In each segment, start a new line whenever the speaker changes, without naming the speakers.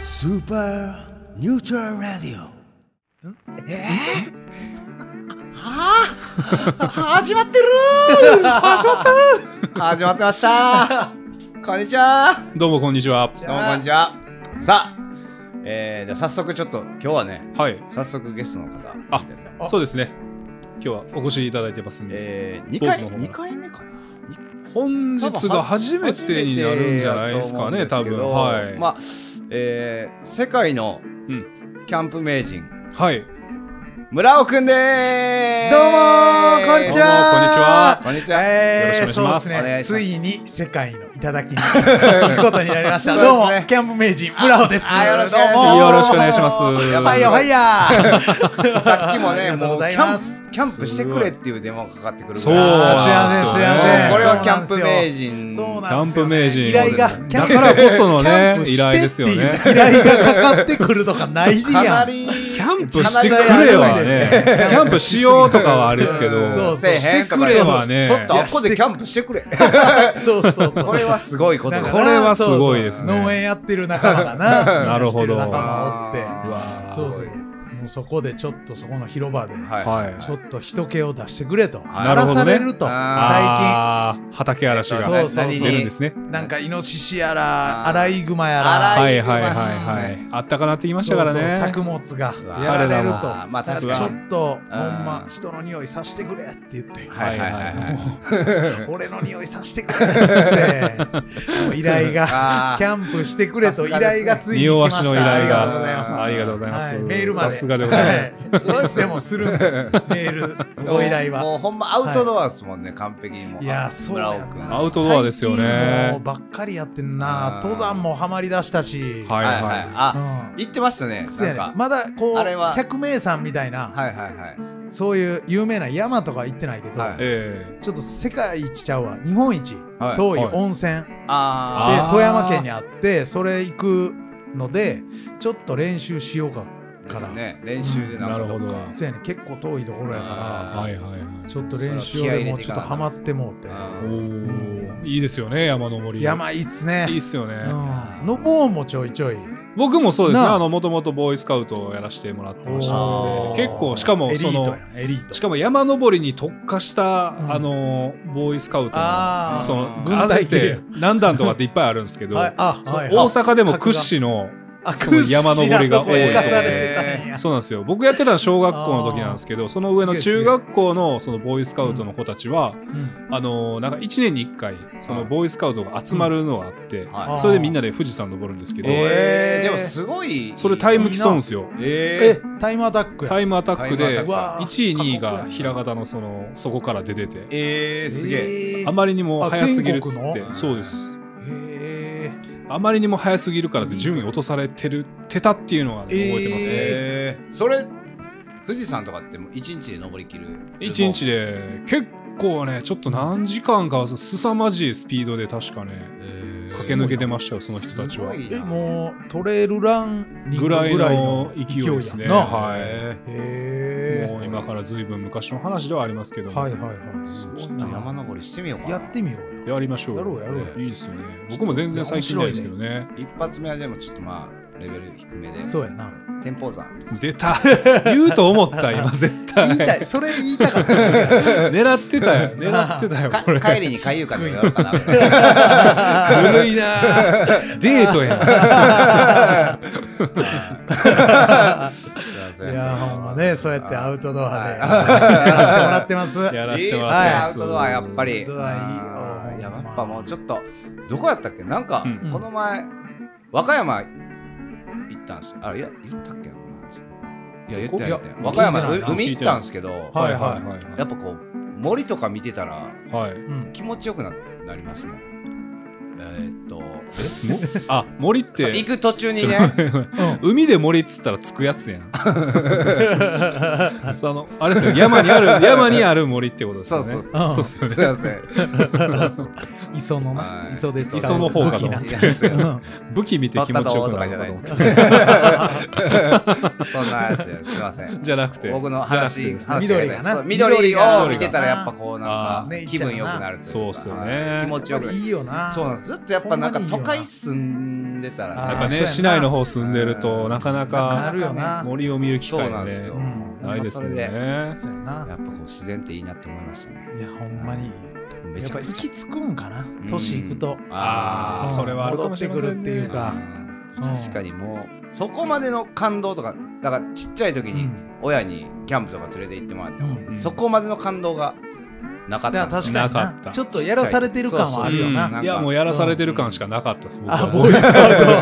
スーパーニュートラルラディ
えー、はあ始まってる始まった始まって ましたこんにちは
どうもこんにちは。
どうもこんにちはさあ、えー、では早速ちょっと今日はね
はい。
早速ゲストの方
あ
みたいな
そうですね。今日はお越しいただいてますんで。
えー、二
坊主の
回
方が
二回目かな
本日が初めてになるんじゃないですかね、
初
多
めてだ
分。
と思うん
は
ですけ
い。
どまあ、えー、世界のキャンプ名人、
はい。
村尾くんでーす
どうもーこんにちは
どうもこんにちは
え
よ
ー
ろしくお願いします
そう
お願い
ですね。
します
ついに世界の頂に 行くことになりました。
そうです
どう
ね
も、キャンプ名人、村尾です。
あよろしくお
どう
願いします
も
よろしくお願いします。
や
ファイヤー、ファイヤー。
さっきも
あり
ね、
がとう
もう
ござ
キ
い
ャ
ま
ン
す
プキャンプしてくれっていう電話がかかってくる
そ
か
う
ら、
なんですよ
あすいませんすいません
これはキャンプ
そうなん
名
です
人。
そう
キ
な
ャ
ん
ン
ですよ
プ名人。
依頼が、キャ
だ
ンプ
からこその
キャン
ね、
プ
依
し
頼
て
で
っ
す
て
よ
いう
ね。
依頼がかかってくるとかないで
かな
やん。
り
キャンプしてくれはね、キャンプしようとかはあれですけど、
そう
せえへんとか
してくれはね
ちょっとあっこでキャンプしてくれ。
そうそうそう。
これはすごいこと
なん
だ
か
こ
な
れはすごいですね
そうそう農園やってる仲間がな。
なるほ
み
ど
んなして仲間おって。
わあ
そうそう。もうそこでちょっとそこの広場で。
はい。
はい。
ちょっと人気を出してくれと、
はい
荒らされると、最
な
あー畑嵐が
そうそう
出るんですね。
近、なんかイノシシや
あ
ら、
ー
アライグマや
ア
ら、
ラ
は
イ
い
グマ
はいはいはい。あったかなってきましたから
そう
ね。
そう作物が
うわ
やられる
彼
と
ら、はまあ
だから
確かに
ちょっと、ほん
う
ま
ん、
人の匂いさしてくれって言って、
はいはいはいはい。
俺の匂いさしてくれってって、もう依頼
あ
が
ー、
キャンプしてくれと依頼がついに
匂
来
わ
ま
し
し
の依
た。あ
頼
りがとうござい
が
ます。
ありがとうございます。
はいメールまで
さすがでございます。
はいそうしてもするんでメールご依頼は
もうほんまアウトドアですもんね、完璧にもう。
いやそう
村尾
や
君
な
アウトドアですよね
最近もうばっかりやってんな
あー
登山もハマりだしたし、
はい
はい
は
はい
い。。
あ、
うん、
言ってましたね。
そうや
なん
ね
か。
まだこう
あれは
百名山みたいな、
はいはいはい。
そういう有名な山とか行ってないけど、
はい
ええ
ちょっと世界一ちゃうわ日本一
はい
遠い
はい
温泉、
あ
あー
で富山県にあってそれ行くのでちょっと練習しようか
ー
から、
ね、練習でなんか
なるほど。は
そうやね結構遠いところや
あ
か
いはいはい
らちょっと練習でもうちょっとハマってもうて
う
お
ん
ー。いいですよね、山登り。
山いいっすね
いいっすよね。
うん、のぼうもちょいちょい
僕もそうですね。
なあ
あの、もともとボーイスカウトをやらせてもらってました
お
の
ー
で、結構、しかも
エリ
そ
ート
の
や、エリート
しかも山登りに特化した、
ん
あの、ボーイスカウト
あ
の、
ー
その、
軍隊
あれって
系
何段とかっていっぱいあるんですけど、
はいあ
そう
はい
大阪でも屈指の、
あ
その山登りが多い
屈指なとこ侵されてたんや、
そうなんですよ僕やってたのは小学校の時なんですけどその上の中学校のそのボーイスカウトの子たちは、
うん
あのーなんか1年に1回そのボーイスカウトが集まるのがあって、
はい
それでみんなで富士山登るんですけど、
えー、
えー
でもすごい。
それタイム競うんですよ
え
えタイムアタックや
タイムアタッ
タイムア
クで
タック
うわー
1位2位
過酷や
が
な
平方のそのそこから出てて
ー、えー、すげえ。
えー
あまりにも早すぎるっつ
あ全
って
国
の
そうです
え
あまりにも早すぎるからで順位落とされてるてたっていうのが、ね、覚えてますね、
えー、それ、富士山とかってもう1日で登りきる。
1日で結構ねちょっと何時間かは凄まじいスピードで確かね
えー。
駆け抜けてましたよその人たちは
すごい
ーえ
な
もうトレイルランニングぐ
ぐ
ら
ら
い
い
の
の
勢
勢
いや
い
んな
ですねは
え
へ
もう今からずいぶん昔の話ではありますけど
ー
も、
はいはいはい
ー、すごいな。山登りしてみようかな。
やってみようよ
やりましょう
やろうやろう
いいですよね僕も全然最近ないですけどね
一発目はでもちょっとまあ、レベル低めで。
そうやな
天保山。
出た言うと思った今絶対
言いたいそれ言いたかったんだけど
狙ってたよ狙ってたよ
か
これ
帰りに海遊館でもやろうかな。
ぬるいなぁデートや
い
ん
やーほんまねそうやってア
う。
ウトドアでやらせてもらってます
や
い
ら
いっ
し
す
て
ね、
もらって
ア
ま
ウ
す
トドアやっぱり。
アウトドアいいよ
うんいや、やっぱもうちょっと、どこやったっけなんか
う、
ん
この前、和歌山行ったんですあれ、いや、行ったっけなこの話いや、言ってない言ってな
い
い
や
和歌山
聞いてないな
海行ったんですけど、
い
は
はいい
は
はいい
はい
やっぱこう、森とか見てたら、
はい
うん
気持ちよくななりますもん。えーっと、
もあ森っ
そう
て
行く途中にね、
海で森っつったらつくやつやん。そのあれですよ山にある山にある森ってことですよね。
そうそう
そう
そうです
い
よね。
ません。
磯の
は
ない磯です
磯の方かと思
武器な
っ
い
て
やそう
うん
武器見て気持ちよくなるのかと思っ
バッ
て
タ そんなやつやすいません。
じゃなくて
僕の
じゃなくて
話
ですね
話
緑がな
そう緑
緑
を
が
見てたらやっぱこうなん
あ
か
ー
気分良くなるといか
そうっすよね
気持ちよく
やっ
な
ぱ
る
りいいよな
そうなんでずっとやっぱなんか
ほんまにいいよな
都会住んでたら
あー
やっ
そうや
な
ぱ
な
ね市内の方住んでると
うん
なかな
な
か
あるよな
森を見る機
そう
会
な
が
んで
ね
すよ、
うん
ないですもん
ほんま
ね。
そうや
それでや
な
っぱこう自然っていいなって思いましたね
いやほんまに
め
やっ
ちゃ
ぱ
くち
行き着くんかな
ゃ
都市行くと
うん
あ
あ
あ
うん
それはあるかもしれません
戻ってくるっていう
ね。
か
うん確かにもうそこまでの感動とかだからちっちゃい時
う
に
ん
親にキャンプとか連れて行ってもらっても、
うん
そこまでの感動がなかっ
だ
た
から確
な
か
かっ
に
た
なちょっとやらされてる感はあるよ
そうそう
な
そ
いやもうやらされてる感しかなかったです僕
あ
は
ボーイスカウト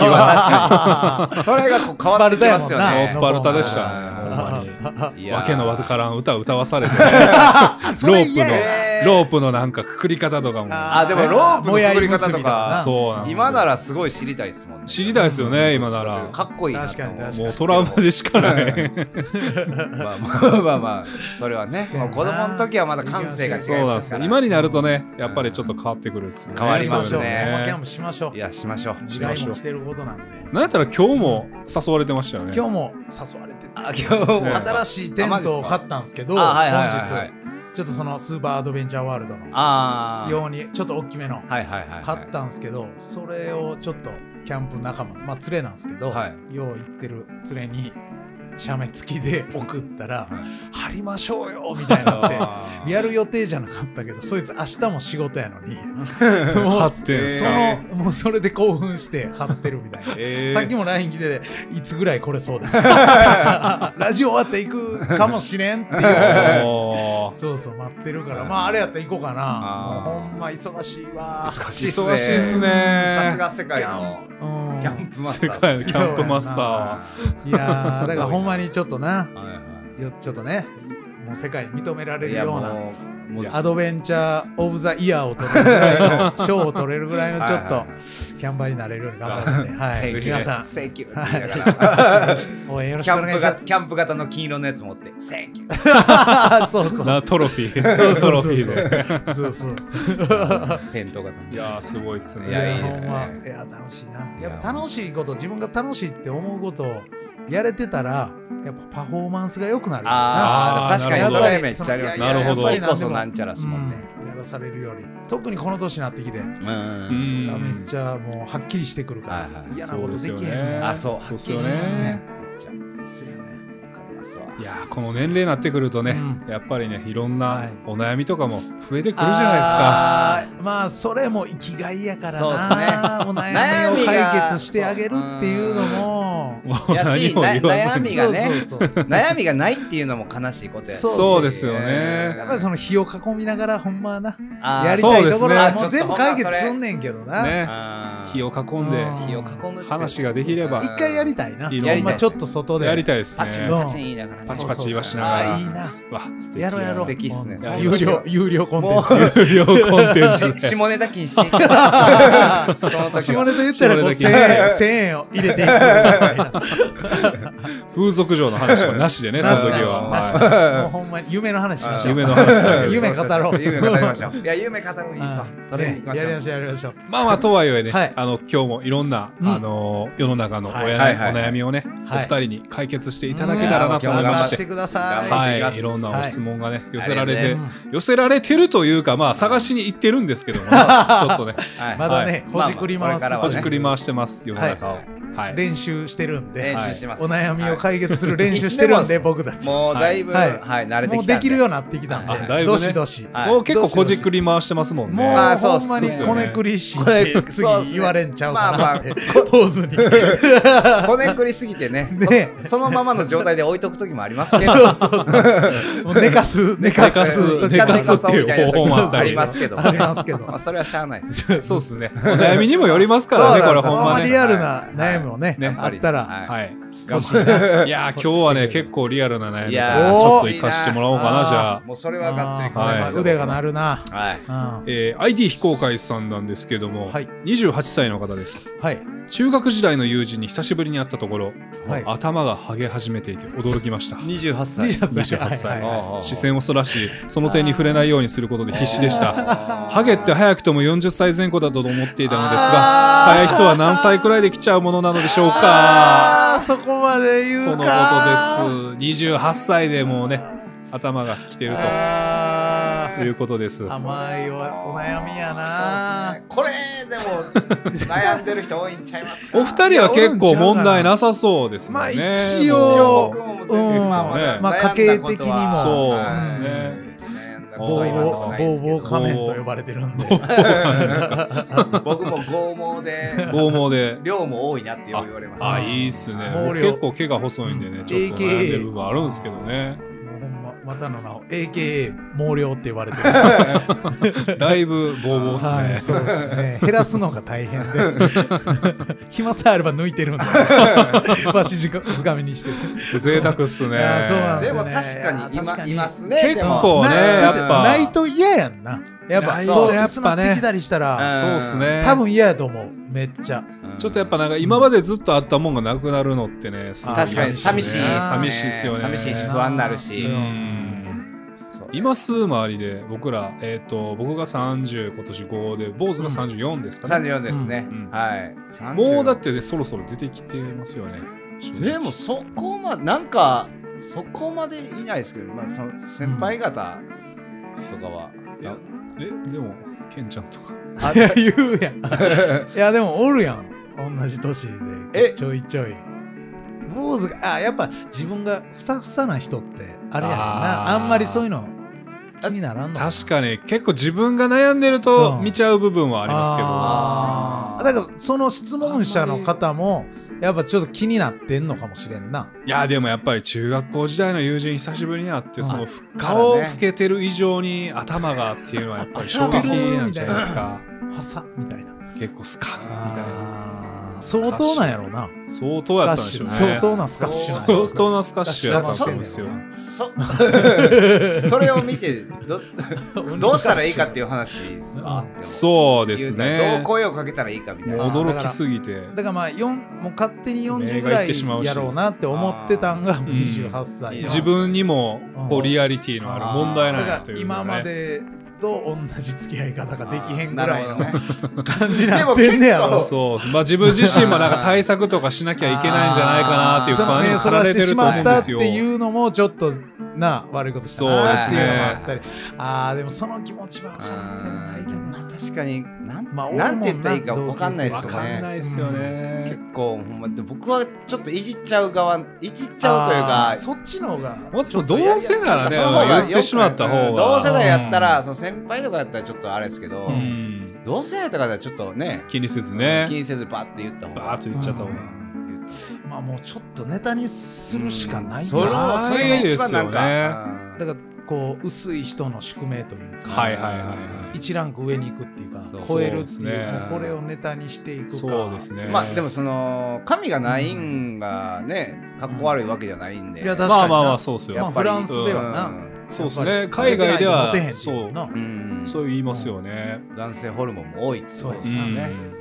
は
それがこう変わってきますよね
ス
ス
パ
パ
ル
ル
タ
タ
で
で
し
した
た
ね
ね ほ
ほん
ん
まに。
いやー
わけのわからん歌歌わされて、ね、
あそ
ロ
れ
ープ
嫌
の、
や
ロープのなんかくくり方とかも
あ
あでもロープ
も
の作り方
やい結びと
と
か
か
な
そうなんですよ
今ならすごい知りたいですもんね
知りたいですよね今なら
かっこいいなと思
確かに確か
もうトラウマでしかない
まあまあまあまあそれは ね
うや
も
な
う子供の時はまだ感性が違い
そうなん
ま
ですす
か
よ
ら
今になるとねやっぱりちょっと変わってくるんですよね
変わりますね
そういうの
キャンプしましょう
いやしましょう
時代も来てることなんで
なんやったら今日も誘われてましたよね
今日も誘われてて
あ今日も
新しいテントを買ったんですけど
あはいはいはいはい
本日ちょっとそのスーパーアドベンチャーワールドの
ああ
ようにちょっと大きめの
はいはいはいはい
買ったんですけどそれをちょっとキャンプ仲間まあ連れなんですけどよ
は
う行ってる連れに写メ付きで送ったら
はい
「貼りましょうよ」みたいになって
あー
やる予定じゃなかったけどそいつ明日も仕事やの に
貼
貼
ってんす
そ
か
のもうそれで興奮して貼ってるみたいな、
えー
さっきも LINE 来てていつぐらいこれそうです ラジオ終わっていくかもしれんっていう
おー
そうそう待ってるからまああれやったら行こうかな
あー
もうほんま忙しいわ
忙しいっすね
忙しいっす
さす
ね
が世界の
キャ
キャンプマスタ
世
ー
界の
です
キャンプマスターは
うんい やーだからほんまにちょっとな
はいは
よちょっとねもう世界に認めら
い
れ
い
る
や
ような
もうもう
アドベンチャー・オブ・ザ・イヤーを取れるぐらいの賞を取れるぐらいのちょっ
は
と
いはいは
キャンバーになれるように頑張るんで、はい、皆さん
センキューって言いながら
応援よろし
キ
くお
ャン
願い
プ
しま
が
す。
キャンプ型の金色のやつ持って、センキュー。
そうそう
なトロフィ
そう
ート
そ
ロ
う
フ
そう
ィ
そ
ーで
うそう そう。
テント型の。
いやーすごいっすね
いやいいです
ほ
ね
んまいや楽しいな。やっぱ楽しいこと自分が楽しいって思うことをやれてたらやっぱパフォーマンスが良くなるよな。
ああ、
あー
確かにそれめっちゃありますね。
なるほど
それこそなんちゃらっすもんね。
うんやらされるより特にこの年になってきて、
うんうん
う
うんん。
それがめっちゃもうはっきりしてくるから、
はいはい
嫌なことできへんもん
そうですよね
あ、そう。
そうっすよね
はっきりしますね。めっ
そうやね
ちゃわかりますわ。
いやーこの年齢になってくるとね、
う
やっぱりねいろん
は
ないお悩みとかも増えてくるじゃ
ないですかまあそれも生きがいやから
そう
な、もう悩みを
悩みが
解決してあげるっていうのも
ない
や
です
し
か。もう何も言わ
な
ず
悩み
に
がね
そうそうそう
悩みがないっていうのも悲しいことやし
そう
そうですよ
や
ね。
っぱりその日を囲みながらほんまはな
あー
やりたいところは
そうですね
もう全部解決
あちょっと
すんねんけどな、
ね
あー
火を囲んで
うん
火を囲むって
話ができれば
一回やりたいな
やり
たい
ほんまちょっと外で
やり
い
たいです
パチン
ね。
う
パチン言いながらね
パチパチ言わしながら
あーいいな
わ素敵
やろうやろう
素敵っすね
もう有料有料コンテン
も
ツ
う有料コンテンツ
うし下ネタ禁止その
下
時は
ネタ言ったらこう
下
1000
ネタ
円1000円を入れていくみたい な
風俗嬢の話はなしでねその時
なし
は。
なし
は
もうほんまに夢の話しましょう。
夢の話だけ ど
夢語ろう。
夢語 りましょういや夢語るのいいさ
はい
それに行きま
ね
し
や
ょ
りましょうやり
う
ましょう。
いまあまあとはいえね、
はい
あの今日もいろんな、
うん
あの世の中のお,、
はい
はいはい
お悩みをね、
はい
お二人に解決していただけたらなと思いま
頑張
し
ってて。ください。
頑張
は
っていきます
い、いろんなご質問がね、寄せられ
あり
て
がとう
寄せられてるというかまあ探しに行ってるんですけども、ね、ちょっとね
はい
まだね、
はいまあまあ
ほじくり回
これ
す。
からは
ほ
ね
じくり回してます世の中を。はい
練習してるんで
練、習してます
お悩みを
は
解決する練習してるんで、
はい
僕たち。も
もうだいぶ
は
はいい慣れてきたん
うできるようになってきたん
はい
あだ
で、
い
ど
ぶね
しどし。
はい
もう結構こじくり回してますもんね。
もう
あーそう
ほ
っす
んまにこねくりしって次言われんちゃうかなって
ま
ポーズ に
こねくりすぎてね
ね
そそのままの状態で置いとく時もありますけど
そうそうそうもう寝かす寝か
寝
す
かす寝かすっていう方法もあったり
ありますけど
ありますけど
まあそれはしゃあないです
そうですね。お悩みにもよりますからね、
そうなん
これ
です
ほん
ほん
ま
まリ
ね。
アルな悩みをね、
ね
あったら、
はい
はい。
欲しいな。
い やー、今日はね、結構リアルな悩み
い
か
や
ら
ー
ちょっ
欲
と
し
行
い
か
な
してもらおうかな、じゃあ
も。うそれはがっつり考
は
え
い
ますよ
腕が鳴るな。
はい
うん
えー ID 非公開さんなんですけども、
はい
28歳の方です
はい。
中学時代の友人に久しぶりに会ったところ、
はい
頭がハゲ始めていて驚きました
28
28
28
歳
はいはいはい
視線をそらしその点に触れないようにすることで必死でした
た
ハゲって早くとも40歳前後だと思っていたのですが
あー
早い人は何歳くらいで来ちゃうものなのでしょうか
あーそこまで言
との
う
こ
か。
とです28歳でもうね頭が来てると
あー
いうことです。
甘いおお悩みや
そう
な
ですねこれでも悩んでる人多いんちゃいますか
お二人は結構問題なさそうですもん
まあ
ね。
一
応
応
僕も全
う
然
ん
まあまだ
まあ家計的にも
そう
はい
ですね。
悩んだこと
ボ
は
ー
今のとこ
ボ
な
ー
い
ボー
ですけど
ボー仮面と呼ばれてるんで
僕も剛毛で
剛毛で。
量も多いなってよう言われます
あ、いいっすね。
毛量
結構毛が細いんでね、ちょっと悩んでる部分はあるんですけどね。
もうほんま、またの名を AKA 毛量って言われてる。
だいぶボーボーっすね。
はい、そうですね。減らすのが大変で。暇さえあれば抜いてるんで。わしづかづかみにしてる。
贅沢っすね。
いやそうなん
でも確
ですね
かに
あ確か
今
に
いますね
結構
でも
ね
なだて
やっぱ
ないと嫌やんな。やっぱ、
ない
そう、
そう
やっぱ
薄
ね
なってきたりしたら、
そうっすね。
多分嫌やと思う。めっちゃ。
うん
ちょっとやっぱなんか今までずっとあったもんがなくなるのってね、すごい
確かに寂しい
嫌
ですね
っすね寂しいですよね。
寂しいし
な
不安になるし
うん
そう
今数回りで僕ら、えっ、と、僕が30、今年5で、坊主が34ですかね。
34ですね
うん
はい34
もうだって、ね、そろそろ出てきてますよね。正直
でもそこまでなんかそこまでいないですけど、まあ、その先輩方とかは、
いやえ、でも、ケンちゃんとか。
いや、言う やん。いや、でもおるやん。同じ年
え
で。ちょいちょい。坊主が、あ、やっぱ自分がふさふさな人って、あれやねんな。
あ
あ
ー
んまりそういうの気にならんのな
確かに結構自分が悩んでると
うん
見ちゃう部分はありますけど。
あーだからその質問者の方もやっぱちょっと気になってんのかもしれんない
やでもやっぱり中学校時代の友人久しぶりに会っ
う
て
ん
その
か
顔
らね
老けてる以上に頭がっていうのはやっぱり衝撃なんじゃないですか
はさみたいな
結構スカーンみたいな
あー相当なんやろな
相当やったんでしょうね
スカッシュ相当なスカッシュなんやろ
相当なスカッシュやった
と
ん
思
ですよ
スカッシュな
そそ れを見てどどうしたらいいかっていう話ですか
そう
う
です
どう
ね
声をかけたらいいかみたい
もう
な
驚きすぎて
だからまあ四もう勝手に
目
40ぐ
がい
ら
ってしまうし
いやろうなって思ってたんがもう
うん
28歳の
自分にもこ
う
うんリアリティのある問題なん
だ
や
か
と
ら
いうの
今
はね
までと同じ付き合い方ができへんぐらい
あー
の
なるほどね
感じになってんねや
でも
ろ
結
そうまあ自分自身もなんか対策とかしなきゃいけないんじゃないかなっていう不安に
そ
駆
の
ら
目そらし
れて
て
る
し
と思
ま
う
っ
ん
た
で
っ
す
て
よ
いうのもちょっとな悪いことしたなっていうのもあったり、ああでもその気持ちは分からんでもないけど
まあ
な
確かになん,、
まあ
なんて言ったらいいか
俺もな
分かんないで
わ
すよ
かん
ね
ないですよね
結構ほんまで僕はちょっといじっちゃう側いじっちゃうというか
あーそっちの方が
もっと同世ならね、
その方が
言ってしまった
う
方
ん
が。
同世代やったら、その先輩とかやったらちょっとあれですけど、
うん、
同世代とかだったらちょっとね、
気にせず
気
ね、
にせずバッて言った方が
バーッと言っちゃった方
う
が。
言った
まあもうちょっとネタにするしかない
それ
な、
はそれが一番なんか、
い
だからこう薄い人の宿命というか、
はいはいはいはい。
一ランク上に行くっていうか
そう
超えるっていう
そうですね
もうこれをネタにしていくか
そうですね。
まあでもその神がないんがね、かっこ悪いわけじゃないんで、
いや
やっ
確
ま
か
あ
にな
まあまあ、そうです
まあ
よ。
ぱり
フランスではな、
うん
そうですね。
や
海
っぱり
外では
モテへん、ってい
そう
う、な
うん
そう言いますよね。
男性ホルモンも多いってことです
う
よね。
ん。
うん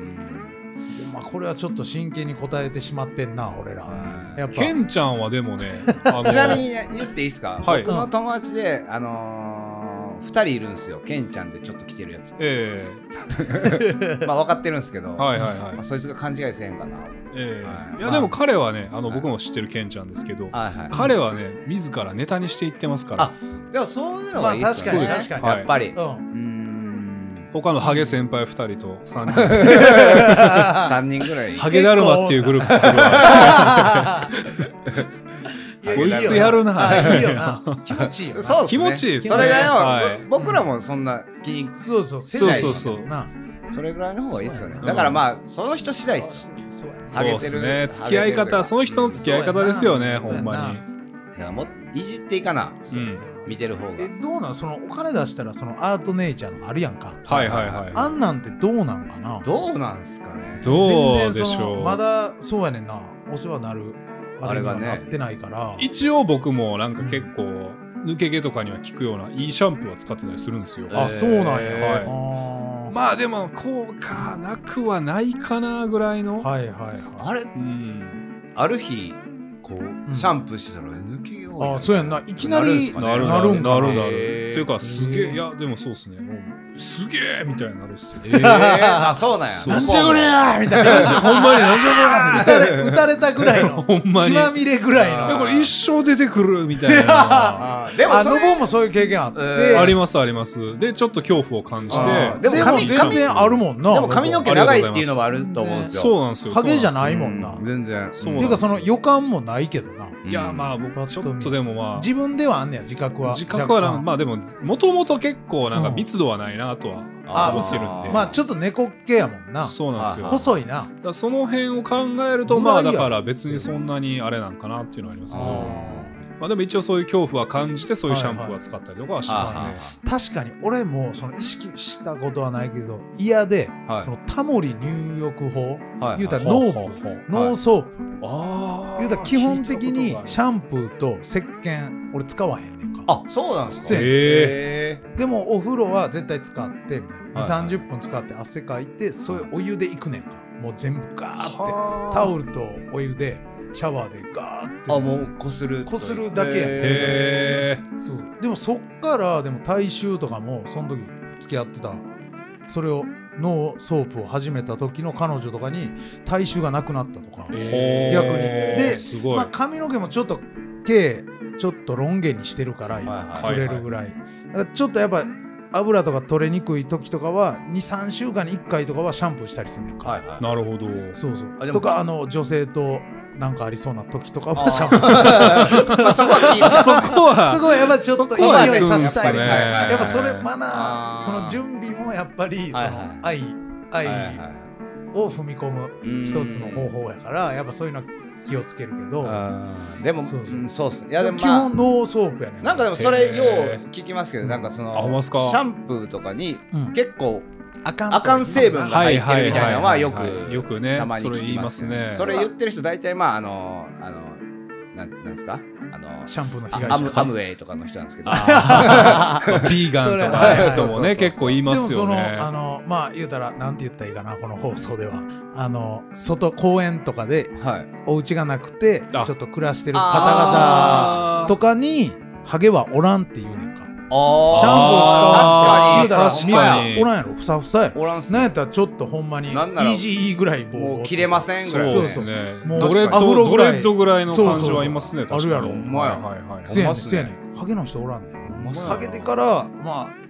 まあこれはちょっと真剣に答えてしまってんな俺ら、やっぱ
ケンちゃんはで もね、あの
ちなみにね言っていいですか、
はい
僕の友達で、あのー、2人いるんですよ、ケンちゃんでちょっと来てるや つ。
え
まあ分かってるんですけど、
えはいはいはい
まあ、。そいつが勘違いせえへんかな。
え
は
え
い
いやでも彼はね、あの僕も知ってるケンちゃんですけど、
はいはい、
彼はね、自らネタにしていってますから
あ。でもそういうのがいいですよね、
まあ確かに確か
に
やっぱり、う
うん
ーん
他のハゲ先輩2人と3人 で
3人ぐら い
ハゲだるまっていうグループ作るわ。こいつやるな
あいいよな。気持ちいいよな。
そうですね
気持ちいいですね
それぐらいの、
はい
ぼ僕らもそんな気に
そうそう。世
そう
代
そうそう。
な。
それぐらいの方がいいですよね
そうやな
だからまあその人次第ですよ
そうやな
そうですね。付き
ハ
合い
ゲてる
方、その人の付き合い方ですよね、
そ
ほ
うや
ん
な
まに。
だからもっといじっていかな、
うん。
見てる方が
えどうなんそのお金出したらそのアートネイチャーのあるやんか。
はいはいはい。
あんなんてどうなんかな。
どうなんすかね
どう
全
で
然
し
その
ょ
ま
う。
だそうやねんな。お世話になるあれがなってないから。
一応僕もなんか結構、抜け毛とかには効くようないいシャンプーは使ってたりするんですよ。
あそうなん
え
や。あ
まあでも、効果なくはないかなぐらいの。
ーはいはいはい。
あれ
うん。
ある日こうシャンプーしてたら抜けよう
あそうやんな。いきなり
なるんすかね
なる
なるんか
な
な
るなる。
へー
というか、すげ
へ
え、
ー
いや、でもそうっすね。うんすげえみたいになるっすよ。
ええ あそうなんや
そう
なんじゃこりゃーみたいな。
ほんまになんじゃこりゃ
打たれ、 打たれたぐらいの。
ほんま
血
に
まみれぐらいの。
いやこれ一生出てくるみたいな。
あーでも
あ
そ
の
れ
本もそういう経験あって。
えー
ありますあります。で、ちょっと恐怖を感じて。
あー
で
で
も
も
髪
髪
全然あるもんな。
でも髪の毛長いっていうのもあると思うんですよ
そうなんですよ。
ハゲじゃ
い
ないもんな。
うん全然
そう
っ
な
てい
ん
う
で
か
すよ
その予感もないけどな。
いや、まあ僕はちょっとでもまあ。
自分ではあんねや、自覚は。
自覚はな
若干
まあでももともと結構なんか
うん
密度はないなとは
あ
ー
思ってるんで、
まあちょっと猫っ毛やもんな。
そうなんで
あ
すよだか
細いな。
らその辺を考えると
ぐらい
ま
や
あだから別にそんなにあれなんかなっていうのはありますけどまあでも一応そういう恐怖は感じてそういうシャンプーは使ったりとかはしますね、
はいはい
確かに俺もその意識したことはないけど嫌で、
はい
そのタモリ入浴法
はい
言うたら
ほ
ノ
う
ープ、
ほうほう
ノーソープ、
ああ
言うたら基本的にシャンプーと石鹸俺使わへんねんか
あそうなんです
そう
か
や
ねん
へ
でもお風呂は絶対使ってみたいな、
はい
2 3 0分使って汗かいてそういうお湯でいくねんかもう全部ガーって
ー
タオルとお湯でシャワーでガーって
ーあもうこする
こするだけやん
へ
へえ
そうでもそっからでも大衆とかもその時付き合ってたそれをノーソープを始めた時の彼女とかに体臭がなくなったとか、逆に
ですごい、
まあ、髪の毛もちょっと毛ちょっとロン毛にしてるから
はい
今
はい
取れるぐらい、だからちょっとやっぱ油とか取れにくい時とかは23週間に1回とかはシャンプーしたりするねんか、
はいはい
なるほど
そうそう
あでも
とかあの女性となんかありそうな時とか
あ
は
ー
シャンプー する
まあそこは気に
そこは
すごいやっぱちょっと
そ
勢い
こ
さ
は
せたい、
行くんすね
やっぱそれマナ
あ
ー
ー
その準備もやっぱりその
はいはい
愛、愛
はいはい
を踏み込む
うん
一つの方法やからやっぱそういうのは気をつけるけど、
あーでも
そうそう
うんそうっすいやでも
基
まあ
本ノーソープやね
なんかでもそ
へ
れ
ー
よう聞きますけどなんかそ
あほんま
の
っ
シ
すか
ャンプーとかに
うん
結構
あかんと
あかん成分が入ってるみたいなのはよ
はいはいはいは
く
いよくね
たまに聞きます
それ言いますね
それ言ってる人大体まああのあのなんなんですかあの
シャンプーの
あ
被害
ア
者
ムアムウェイとかの人なんですけど
ビーガンとかの人もね結構言いますよね
でもそのあのまあ言うたらなんて言ったらいいかなこの放送ではあの外公園とかで
はい
お家がなくてちょ
あ
っと暮らしてる方
あ
々とかにハゲはおらんっていうねんかシ
あ
ャンプー使わ
あ
ん
ー
言うたら
確
水
かに確か
に
おらんやろふさふさや
おらんす
なんや
ね
ったらちょっとほんまにイ
なんなら
ージーぐらい棒
もう切れませんぐらい
そう
で
ですね
もう
どれ
ア
フロ
と
ぐ
ど
らい
れとぐらいの感じはいますね
そうそうそう
確か
あ
に
るやろ
ほんまやはいはい
せやね
ほんま
ん
っすね
せやねんハゲの人おらんねん
まっすね
ハゲてからま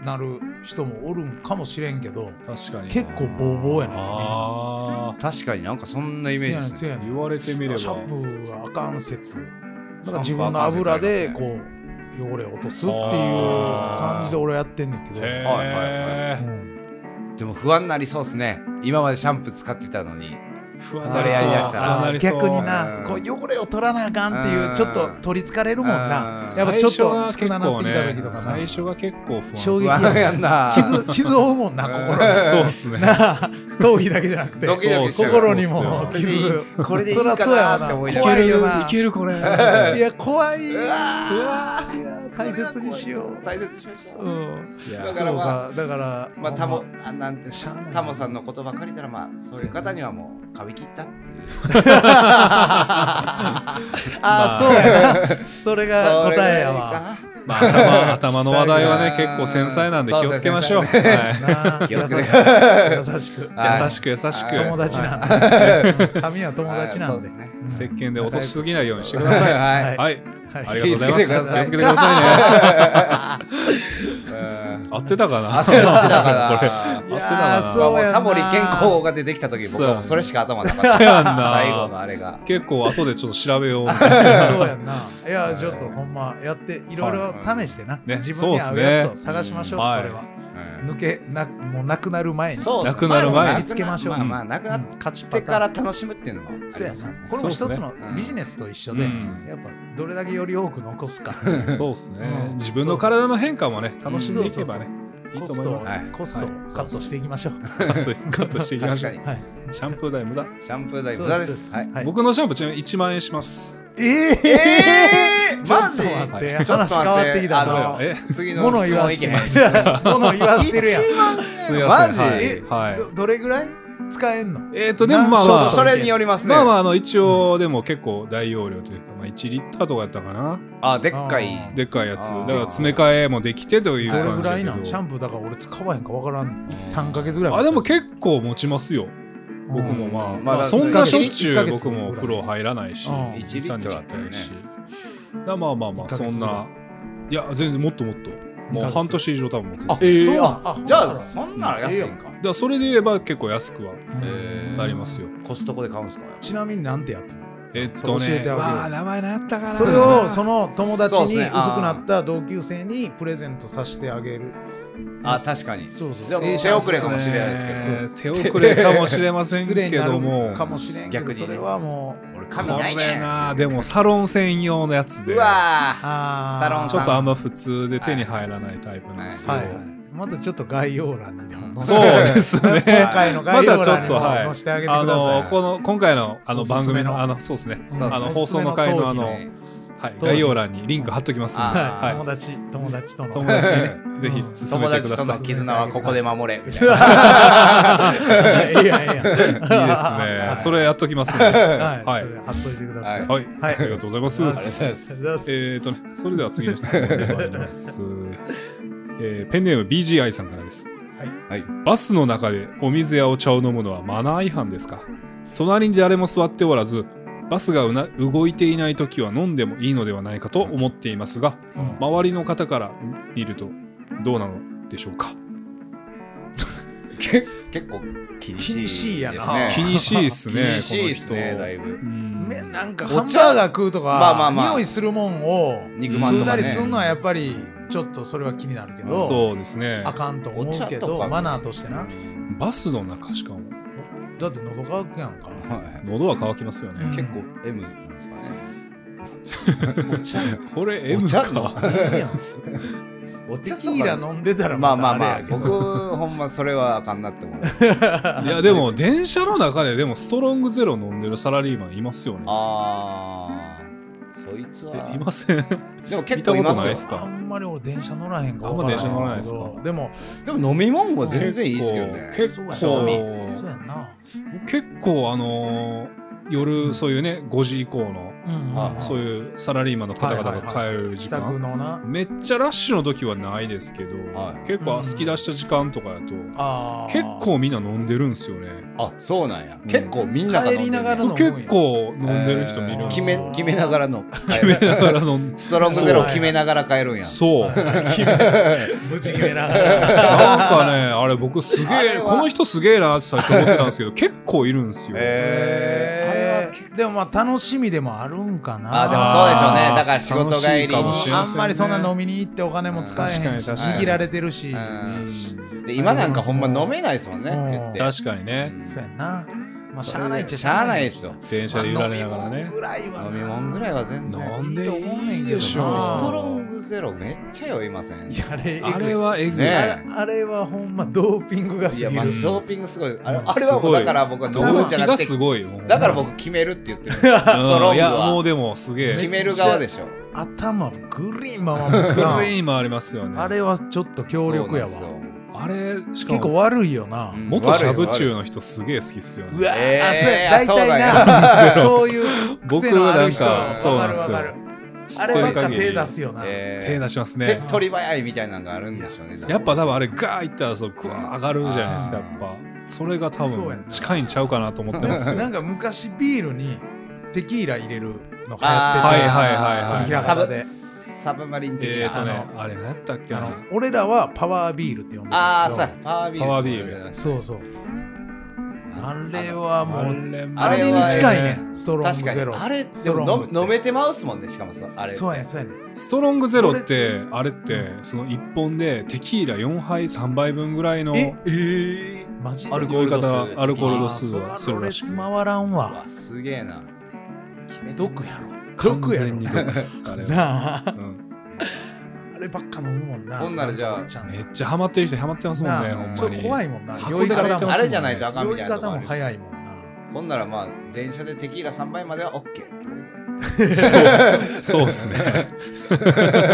あなる人もおるんかもしれんけど
確かに
結構ボーボーやねん
あ
確かになんかそんなイメージです
せ
ね
や
あ
ねんせやねん
言われてみれば
シャンプーはあかん説なんか
シ
自
ャンプー
分
あ
の
か
油
ん説
で
あります
こう汚れを落とすっていう感じで俺はやってんねんけど、
へ
はいはい
え
うん
でも不安になりそうですね今までシャンプー使ってたのにそ
ふ
れやりだしたら
あーなりそう
逆に
う
なんこう汚れを取らなあかんっていう
うん
ちょっと取りつかれるもんな
うん
やっぱちょっと少
最初
な
は
なってきた時と
結構ね
かな
最初が結構不安
衝撃
不安 やんな
傷傷を負うもんな心に
そう ですね
なあ頭皮だけじゃなくて
ドキドキする
心に
そうそう
も
そう
傷
これでいい
そ
か
らそうやわ
なって思い
な
なが
怖
ら
いよない
けるこれ
いや怖いう
わ
いや大切にしよ
大切にしましょ
う、
う
うん、
いや
だ
そ
か
う
らま
かだから
まあタモあなんて
しゃあない
タモさんのことばかりたらまあそういう方にはもう髪切ったっていう
あー、そうやな。それが答えやわ。
まあ頭頭の話題はね
だか
結
ら
構繊細なんで気をつけましょう、
そうそ
は
う
い
なあ
気
優
を
し
つ
く
けて
優しく。
はい
優しく優しく
友達
は
なんで。うん髪は友達なんで。
はい
うん
い石鹸で落としすぎないようにしてくださいは
はいい
い
はい
ありがとうございま
気をつけてくだ
す
さ
気
い
をつけてくださいね
うん
合ってたかな
あそうだから
これ
いや
あ
ー
そ
そう
まあ
う
も
やな。
うタモリ健康が出てきた時僕はもうそれしか頭なかった
そうやんな
最後のあれが
結構後でちょっと調べようみたいな
そうやんな。いやちょっとほんまやっていろいろ試してな。
ね
自分に合うやつを探しましょう。
そうっ
そ
す
れ
ね
は
うん
抜けなもうなくなる前に。
そう
なくなる前に
まあ
見つけましょう
まあまあなくな
う
っ
ん勝ちパ
て
タ
か
ー
ら
ン。
楽しむっていうのもあります
そう
よ
やな
ね。
これも一つ
そ
の
ねうん
ビジネスと一緒で、
うん
やっぱどれだけより多く残すか。
そうですね
うん
自分の体の変化もね楽しんでいけばねいい
コ
と
ス
思い
トを
ます
はい
コストをカットしていきましょう。
カットカットしていきま
確
しょ
か
う
に
はい。
シャンプー代無駄
シャンプー代無駄です。はい。
はい
僕のシャンプーちなみに1万円します
ええ
えー
ちょっ
マジ
と待って、
ちょっと待
話
って
変わってきた
あ
な
の。
え
次の
物
質
言わ
問
し
い
て
け
る。物言わしてるやん。
すい
マ
ま
ジ
せんはいはい
どどれぐらい使えんの
えっ、とでもまあ
そう
ま
そ
あ
う
それによりますね。
まあまああの一応でも結構大容量というか、まあ、1リッターとかやったかな
あ、でっかい。
あー
でっかいや
あ
つだ
ー
から詰め替えもできてという
どれ
感
ぐ
じだ
ら
け
い
ど
なんシャンプーだから俺使わへんかわからん3か月ぐらい
あでも結構持ちますよ僕もまあ、
うん
ま
ま
あ、
あ
そんなしょっちゅ
一ヶ
う
月
僕もお風呂入らないし、
うん
2、
一リ
3
ットル
日
あったよね
し。だからまあまあまあ、
一ヶ
そ
月
ん
ぐらい
な、いや、全然もっともっと、もう半年以上多分持つ
あ
ですね
えー
そうなん
あじゃあ、そんなら安いんか。
だからそれで言えば結構安くは
え
なりますよ。
コストコで買うんですか
ちなみになんてやつ
えっと
そう教え
ね、
てあげよう
わあ、名前なったかな。
それをその友達
そうっ
に
す
薄
ね
く
あー
なった同級生にプレゼントさせてあげる
あ、確かに。
そうそう
でも手遅れかもしれないですけど。
けど。手遅れかもしれませ
失
ん
礼に
け
な
ど
る
も、
かもしれんけど
逆にね
それはもう
俺、
こ
髪ない
れ
ね。
な、でもサロン専用のやつで、
う
ち
わー
あー
サロン
ょっとあんま普通で手に入らないタイプなんですよ
は。いはいまたちょっと概要欄にでも載せ
そ
て
うです ね。
今回の概要欄にも
またちょっとはい
載せてあげてく
あ
ださい
のこの今回のあの
おすすめ
番組の
の
あのそうですね、
うん
あの
お
放
すす
送
め
の
の
回のあの、
頭
は
皮
い
ね、
頭皮
概要欄にリンク貼っときますんで、
あ
はい
友達友達との
友達にね、ぜひ
うん
進
友
めてく
達
だ
と
さ
の
い。
絆はここで守 れ。みたいな
やい
い
や。
いいですね。それやっときますんで、はい、
は
は
い。
い
それ貼っといてください。
はい
はい
ありがとうございます。
ありがとうございますありがとうございます。
えっ、ー、とね、それでは次の質問で参ります。 えーペンネーム BGI さんからです。
はいはい
バスの中でお水やお茶を飲むのはマナー違反ですか隣に誰も座っておらず、バスがうな動いていないときは飲んでもいいのではないかと思っていますが、
うん
周りの方から見るとどうなのでしょうか
け結構厳しい
厳しいやな
ですね
気にしいっ すね、
厳しいですね
この人
だいぶ
うん
めなんか
お
ハン
茶
バーガー食うとか、
まあまあまあ
匂いするもんを
肉まん
食
と
うた
か
り
ね
するのはやっぱりちょっとそれは気になるけど、
そうですね
あ。かんと思うけ
お茶と
ど
か
マナーとしてな
バスの中しかも
だって喉乾くやんか
はい
喉は渇きますよね。
結構 M なんですかね
これ M か。
いい やん
お
テキーラ飲んでたら
まあ
ま
ま
た
あ
あれや
まあ
けど
僕ほんまそれはあかんなって思う
いやでも電車の中ででもストロングゼロ飲んでるサラリーマンいますよね。
あーそいつは
えいません。
でも結構いま
見たことないっ
す
す
よ
か
あんまり俺電車乗らへんか
あん
ら
ま電車乗らないですか
でも
でも飲み物は全然いいですけどね
結構
そうやそう
結
やんな、
構結構あのー夜そういうね5時以降の
うん
あ
そう
う
いうサラリーマンの方々が
は
帰る時
帰
間
宅のな
めっちゃラッシュの時はないですけど、
はい
結構好き出した時間とかだと、
あー
結構みんな飲んでるんですよね
あそうなんや
ん
結構みんなが飲んで
帰りながら飲むんや
結構飲んでる人見るんです
決
よ、
め決めながらの
決めながら 飲んで
ストロングゼロ決めながら帰るんや
そうなんかね
無事決め ながら
あれ僕すげ
あれ
え
は
この人すげえなって最初思ってたんですけど結構いるんですよ、
え
えーでもまあ楽しみでもあるんかな
あでもそうでしょうねだから仕事帰りに
楽しいかもしれ
あ
ま
ん
せんね
まりそんな飲みに行ってお金も使えへん
うん確
し
かに確か
に
握られてるし、
うん
うん
で今なんかほんま飲めないですもんね
うん
言って
確かにね、
うん
そうやんなまあし
し
ゃ
ゃ
あな
あないい
っ
っ
ちゃ
ちゃ
し
し
ゃ
ゃ
あ
あ
な
ないい
で
ですすよ
電車で揺られながらね、
ぐらいはな
飲み物ぐらいは全然
飲んで
いい
いい
と思うねんけどな
でしょう
ストロングゼロめっちゃ酔いません
いやあれえぐい
あれはえぐい、
ね
あれあれはほんまドーピングが過
い
ぎ
や
る
マジドーピングすごいあれあれ
す
はも
ご
う
い
だから僕は飲
動
むんじ
機
ゃな
が
くて
すごいよ
だから僕決めるって言ってるストロン
うんい
グ
やもう
は
でもすげえ
決める側でしょ
頭グリーンまま向くな
クイーンもありますよね
あれはちょっと強力やわ
そうなんですよ
あれし
結
かも
構悪いよな、
うん
元シャブチューの
悪いです悪いで
人すげえ好きっすよ
う
ね。
わ、
えー
あそうや大
そうなん
体な そういう癖のある人
僕なんかそうなん
わ
ですよ
かるわかる
知
あ
って
ればっ
る
か
限り
手出すよな、
すえー
手出します
手
ね。
取り早いみたいなのがあるんでしょうね
やっぱ多分あれガーいったらそうグワー上がるじゃないですか
あ
やっぱ。それが多
そうやん
分
な
近いんちゃうかなと思ってます よ。
なんか昔ビールにテキーラ入れるのが
あー
はい
やっ
はいはいはい
その平
サ
方
ブ
で
サブマリン的な
えっとね
あ
あれ何やったっけ
てあ
な
の。俺らはパワービールって呼んでるんだけど
ああそうやパワービール
パワービー
そうそうあれはも
あ
う
れも
あ
あ
れ
れ
に
は
近いねストロン
確
グ
か
ゼ
に
ロ
あれ
ス
で
トロン
も
グ
飲飲めてまうっすもんねしかもそうあれ
そうやねそうやね
ストロングゼロっ
俺
てあれってその一本でテキーラ4杯3杯分ぐらいの
え
え
マジで
アルコー
酔い方
ア
アル
ルコ
コ
ー
ール
ル
度
度
数はす
そ
る
れ
らしい
列。回らんわ
わすげえな決めて
毒やろ
完
毒や
全に
ろ
毒っすあれは。
なあ
うん
あればっか飲むもんな
ほんならじゃあ
んか
めっちゃハマってる人ハマってますもんね
なあ
ほん
ちょ
ま
っと
に。
怖いもんな
箱
酔い
で書いて
方も
ます
あれじゃないとあかんみ
酔い
たいなとこ
方
あ
も
るし
早いもんな
ほんならまあ電車でテキーラ3杯までは OK ってことで
そうですね。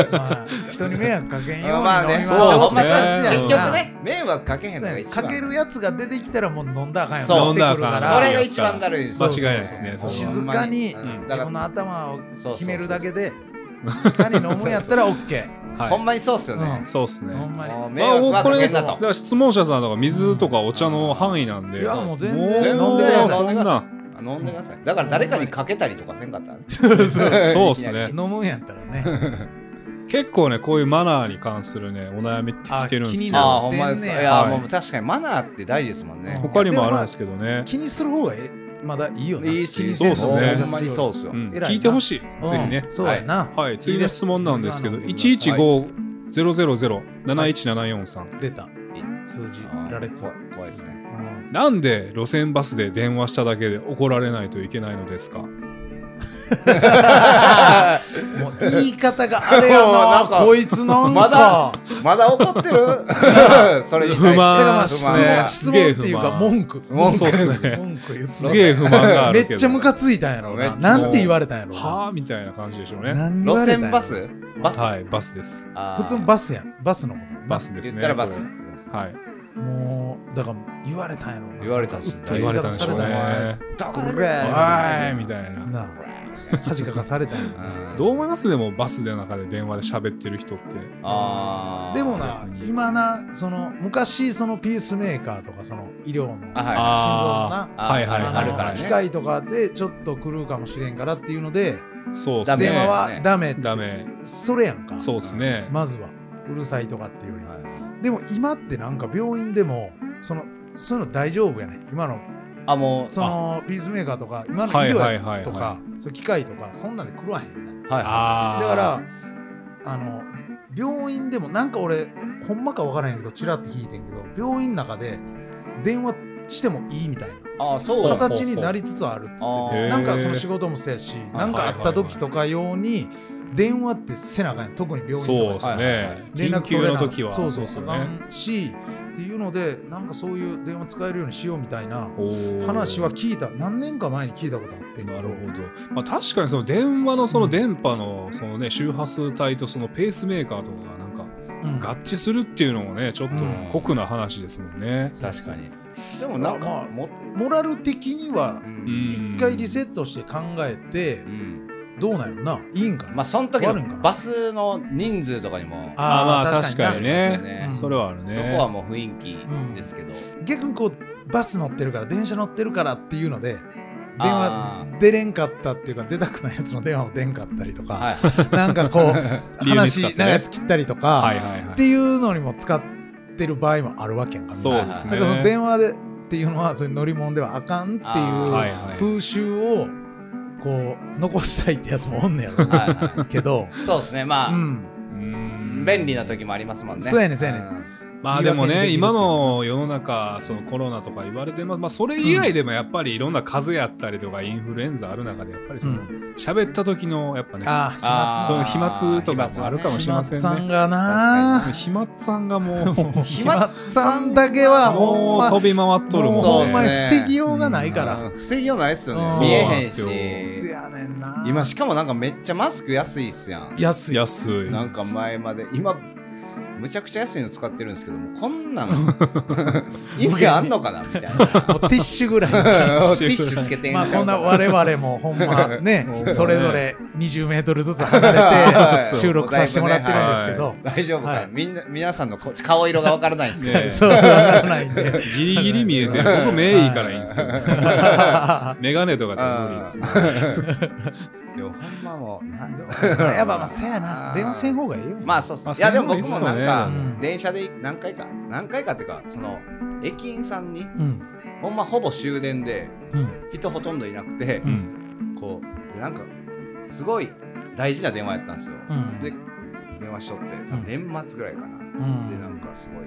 まあ、人に迷惑かけんように飲み
まあね、
まし
そ
ょ
う
う
そうっす
ほんま
ね
そうや
結局
ね、迷惑かけへんのが一番。
かけるやつが出てきたらもう飲んだらあかんよ
そう
乗ってくるか
飲んだらあ
そ
かん
れが一番だるいです。
間違いないですね
そうそう
静かに
ほんま
うん
自
だか
分の頭を決めるだけで
そう
他に飲むんやったら OK
ら、
は
ほんまにそうっすよ
う
ね
ん。
そうですね。
ほんまに
もう迷
まあ
惑
もう
は
こ
かけ
れ
ん
だ
な
か
と。
ら質問者さんとか水とかお茶の範囲なんで。
いやもう全
もう
然飲んでくださ
い
そんな。
飲んでください。だから誰かにかけたりとかせんかったらね。
そうっすね
い飲むんやったらね
結構ね、こういうマナーに関するね、お悩みって来てるんです
気にな
よ。
る
ああ、ほんまです
は
か。
い
いや、もう確かにマナーって大事ですもんね。
他にもあるんですけどね。
気にする方がええまだいいよない
いっすね。
気にせんとね
ほんまにそうっすよ
う。ん
偉いな
聞いてほしい。ぜひね
うん。そうやな
はい、次の質問なんですけど、
いいです水は
115-000-7174さん。
出た数字羅列
怖い怖いっすね
うん
なんで路線バスで電話しただけで怒られないといけないのですか
もう言い方があれやな
な
ん
か
こいつなん
まだ
か
まだ怒ってるそれに対して
不満
だからまあ
不
質
満
ね
問質問っていうか文句
文句
そうっすね
文句言って
すげえ不満があ
め
る
っ
けど。
ちゃムカついたんやろう
めっ
な
ち
な
ゃ
んて言われたんやろうな
はあみたいな感じでしょうね。
何言わ
路
れたんやろ
線バ
う
スバス
はい、バスです。
普
普通バスやんバスのことやん
バスです
言
ね。
ったらバス
これはい。
なもうだから言われたんやろうな
言われたんですね
ちょっと
言われたんでしょう
言い方されたんや
ね。
だ
こ
こ
れ
はい、みたい
な
な。
あ恥かかされたんやろうな
どう思いますでもバスで中で電話で喋ってる人って。
あー
でもな
逆に
今なその昔そのピースメーカーとかその医療の
あはい
あ
心臓
あ
な
はいはい
ー
あ
はい
るから
は
の
ね
機械とかでちょっと狂うかもしれんからっていうので
い。そうで
ダ
す
メ
電話
ね。
はダメって
ダメ。
それやんか
そうですね。
まずはうるさいとかっていうより
はい
でも今ってなんか病院でもそのそういうの大丈夫やね今の
あもう
そのピースメーカーとか今の医
はいはいはいは
療
い
とかそういう機械とかそんなんで狂わへんみたいな
はい
ああ。
だからあの病院でもなんか俺ほんまか分からへんけどちらって聞いてんけど病院の中で電話してもいいみたいな
あーそう
片
形になりつつあるっつって
あ
て
ー
なんかその仕事もそうやしなんかあった時とか用に電話ってせなあかんやん特に病院とか
そう
や
で
し
す
はいはい
ね。
連絡
緊急
取れ
の
な
時は。
そうそうそう
ですよね。
なんしっていうのでなんかそういう電話使えるようにしようみたいな
おー
話は聞いた何年か前に聞いたことあってんけ
なるほど、まあ、確かにその電話のその電波のその、ね、周波数帯とそのペースメーカーとかがなんか
うん
合致するっていうのもねちょっと酷な話ですもんね。
確かにでもなんか
まあ
もっ
モラル的には
うん
うん
一回リセットして考えて
うん
どうなんやろないいんかな、
まあその時
あるんかな
のバスの人数とかにも
あ
ああまあ
ー
確かに
確
ね
かにね
うん
それはある
そ
ね。
こはもう雰囲気ですけど
逆にこうバス乗ってるから電車乗ってるからっていうので電
あ
話出れんかったっていうか出たくないやつの電話も出んかったりとか、
はい
なんか こう
理由に使
話
ってね
長いやつ切ったりとか、
はいはいは
っ
い
て。いうのにも使ってる場合もあるわけやんか
そうですね。
なんかその電話でっていうのはそれ乗り物ではあかんって
あ
はいいうはい。
風習をこう残したいってやつもおんねや ろ
はいは
けど、
いそうですねま
う
あ
ん、
うん
便利な時もありますもんね
そうやねそうやね
ん
まあでもね
言い訳にできるっていうか
今の世の中そのコロナとか言われてます、まあ、それ以外でもやっぱりいろんな風邪やったりとかインフルエンザある中でやっぱりその
う
喋った時のやっぱね
あ
あー
そういう飛沫とかもあるかもし
飛
れ
沫
ません
さん
ね。
がな
飛沫さんがもう
飛
飛
沫
沫
さんだけはほん
もう
ま
飛び回っとる
もう
も
ほ
ん
ん
ね。
まに防ぎ
よ
ようがないから、
うん防ぎようないっすよ
う
ね
ん
見えへん
そうなん
せ
し
やねんな
今しかもなんかめっちゃマスク安いっすやん
安い
安い。
なんか前まで今むちゃくちゃ安いの使ってるんですけどもこん なん意味あんのかなみたいなテ
もうティッシュぐらいの
ィ
ッシュ
ッシュつけてんち
ま
ゃ
あ
う
こんな我々もほんまね
もう
それぞれ20メートルずつ離れて収録させてもらってるんですけど、
大丈夫か、
はい
みんな皆さんのこ顔色がわからないんですけど、
ね
そうわからないんで
ギリギリ見えてる。僕目いいからいいんですけど。メガネとかで無理 ですね。
でもほんまもうなんでも
やっぱまあせやな電話せん方がいいよ、
まあそうっす
まあ
ねいやでも僕
そ
もな
うですよね
んか、
うん
電車で何回か何回かっていうかその駅員さんに
うん
ほんまほぼ終電で
うん
人ほとんどいなくて
う、ん。
こうなんかすごい大事な電話やったんですよ、
うん
で電話しとって
ん
年末ぐらいかな、
ん
でなんかすごい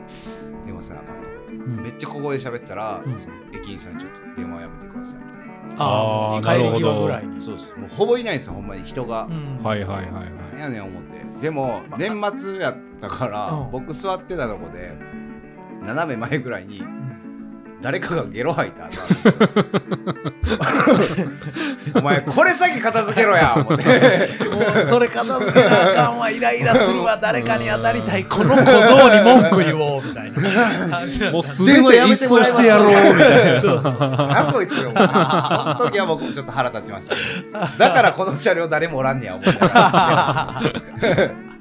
電話せなあかんと思って、
ん
めっちゃ小声で喋ったら、
うん
その駅員さんにちょっと電話やめてくださいみたいな
あ
あー
あ帰り
なるほ
際
ど
ぐらいに、
そうですもうほぼいないんですよほんまに人が、
うん
はいはいはいはい。
なんやねん思ってでも、
まあ
年末やったから、
うん
僕座ってたとこで斜め前ぐらいに誰かがゲロ吐いた 後お前これ先片付けろや思って
もうそれ片付けなあかんわイライラす るわ誰かに当たりたいこの小僧に文句言おうみたい な
もうすべて一掃してやろうみたいな。
そうそう
なこいつよ その時は僕もちょっと腹立ちましたけどだからこの車両誰もおらんねや 思って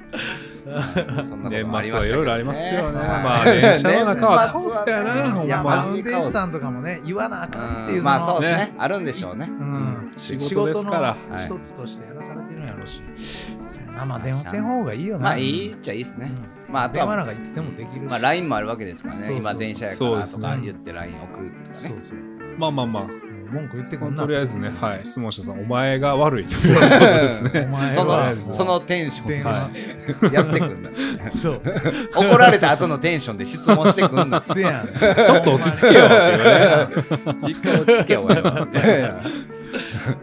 そんなこともありましたけどね
年末はいろいろありますよね。
はい
まあ電車の中はカオス やな、ほん
いや
ま
まあ運転手さんとかもね言わなあかんっていううんその
まあそうですね
ね
あるんでしょうね
うん
仕事ですから
仕事の一つとしてやらされてるんやろうし、そうやなまあ
い
電話せん方がいいよな
まあいいっちゃいいですねまああと
電話
は
なんかいつでもできるし、
まあ LINE もあるわけですから
そうそう
ね
そう
今電車やか
そう
ら
で
と
す
か
ね
言って LINE 送るとか
そ
ね
うそう
まあまあま
もう文句言ってくん
あ。
な
とりあえずね、
い
はい、質問者さん、お前が悪いって いうことです
お
ね。
前
そ
は
のそのテンシ
電
ョ
話
ンでやってくんだ
そう
怒られた後のテンションで質問してくん な
せやん
ちょっと落ち着けよって いうね。
一回落ち着けよお前は
い
こ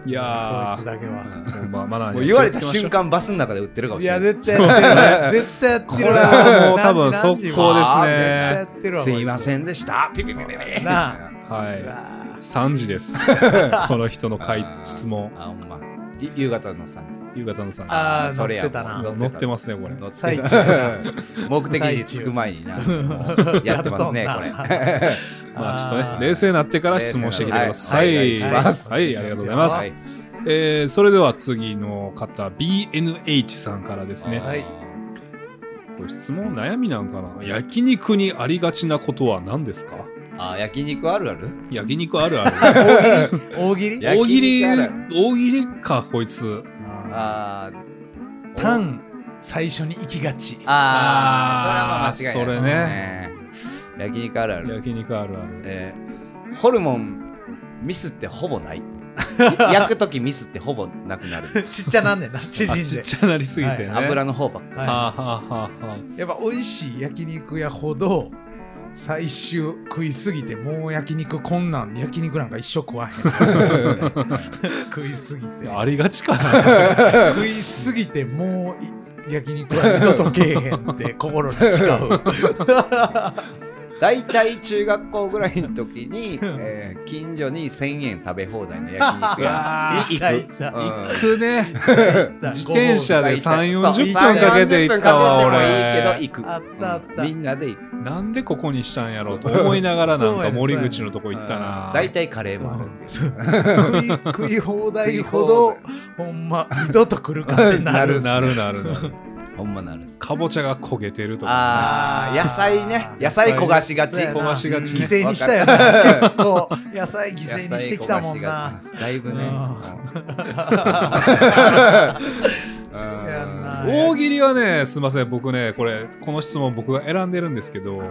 や
いつだけは
ー、ほんまマナ
もう
ーには気
言われ
をつ
た
けましょ
瞬
う。
間バスの中で売ってるかも
い
しれな
や
い
絶対やってる絶対やってるな
これはもう多分
何時何時
速攻ですね
わー絶対やってるわ
すいま
ん
せんでしたピピピピピ
な
はい。3時です。この人の回質問、
あほんまい夕方の3時
夕方の3時。
あー
それや
乗ってたな
乗ってますね、これ。
乗って
最中
た目的に着く前になやってま
やっ
すねこと
ん
れ
な
まあちょっ
あ
と
ー
ね、冷静になってから質問してきてください。
は
はいい、
はいお願いします
はいありがとうございます。
はい
えーそれでは次の方、BNH さんからですね。
はい
これ質問悩みなんかな焼肉にありがちなことは何ですか
あー焼肉あるある
焼肉あるある。
大喜利
や
大喜 利、
焼肉あるある
大喜利か、こいつ。
あー
タン最初に行きがち
あ
あ
あ
ー
それはまあ間違いないですね焼肉あるある
焼肉あるある。
えーホルモンミスってほぼない 焼く時ミスってほぼなくなる
ちっちゃなんねんな縮ん
あ
で
ちっちゃなりすぎてね。
油の方ばっか
はい
はあはあはあはあ
やっぱ美味しい焼肉屋ほど最終食いすぎてもう焼肉こんなん焼肉なんか一生食わへん食いすぎ
い
て
やありがちかな。 それ
食いすぎてもうい焼肉は二度とけえへんって心に誓う
大体中学校ぐらいの時に、えー近所に1000円食べ放題の焼肉
う
屋
わー
いたいた
うん
行くね。自転車で3 40分かけて行ったわ
そう3 40分
俺
かけてもいいけど行く
あったあった
みんなで行く
なんでここにしたんやろうと思いながらなんか森口のとこ行った
う。
なん
大体カレーもある
そう食い食い放題ほど
食
ほんま二度と来るかってな
な
る
るなるなるなる。
ほんまなんです
かぼちゃが焦げてるとか。
あー野菜ね野菜焦がしがち
そうやな
焦がしがちね
犠牲にしたよな結構野菜犠牲にしてきたもんな
だいぶね
うんそうやんな
う
大喜利はね、すみません、僕ね、これ、この質問僕が選んでるんですけど、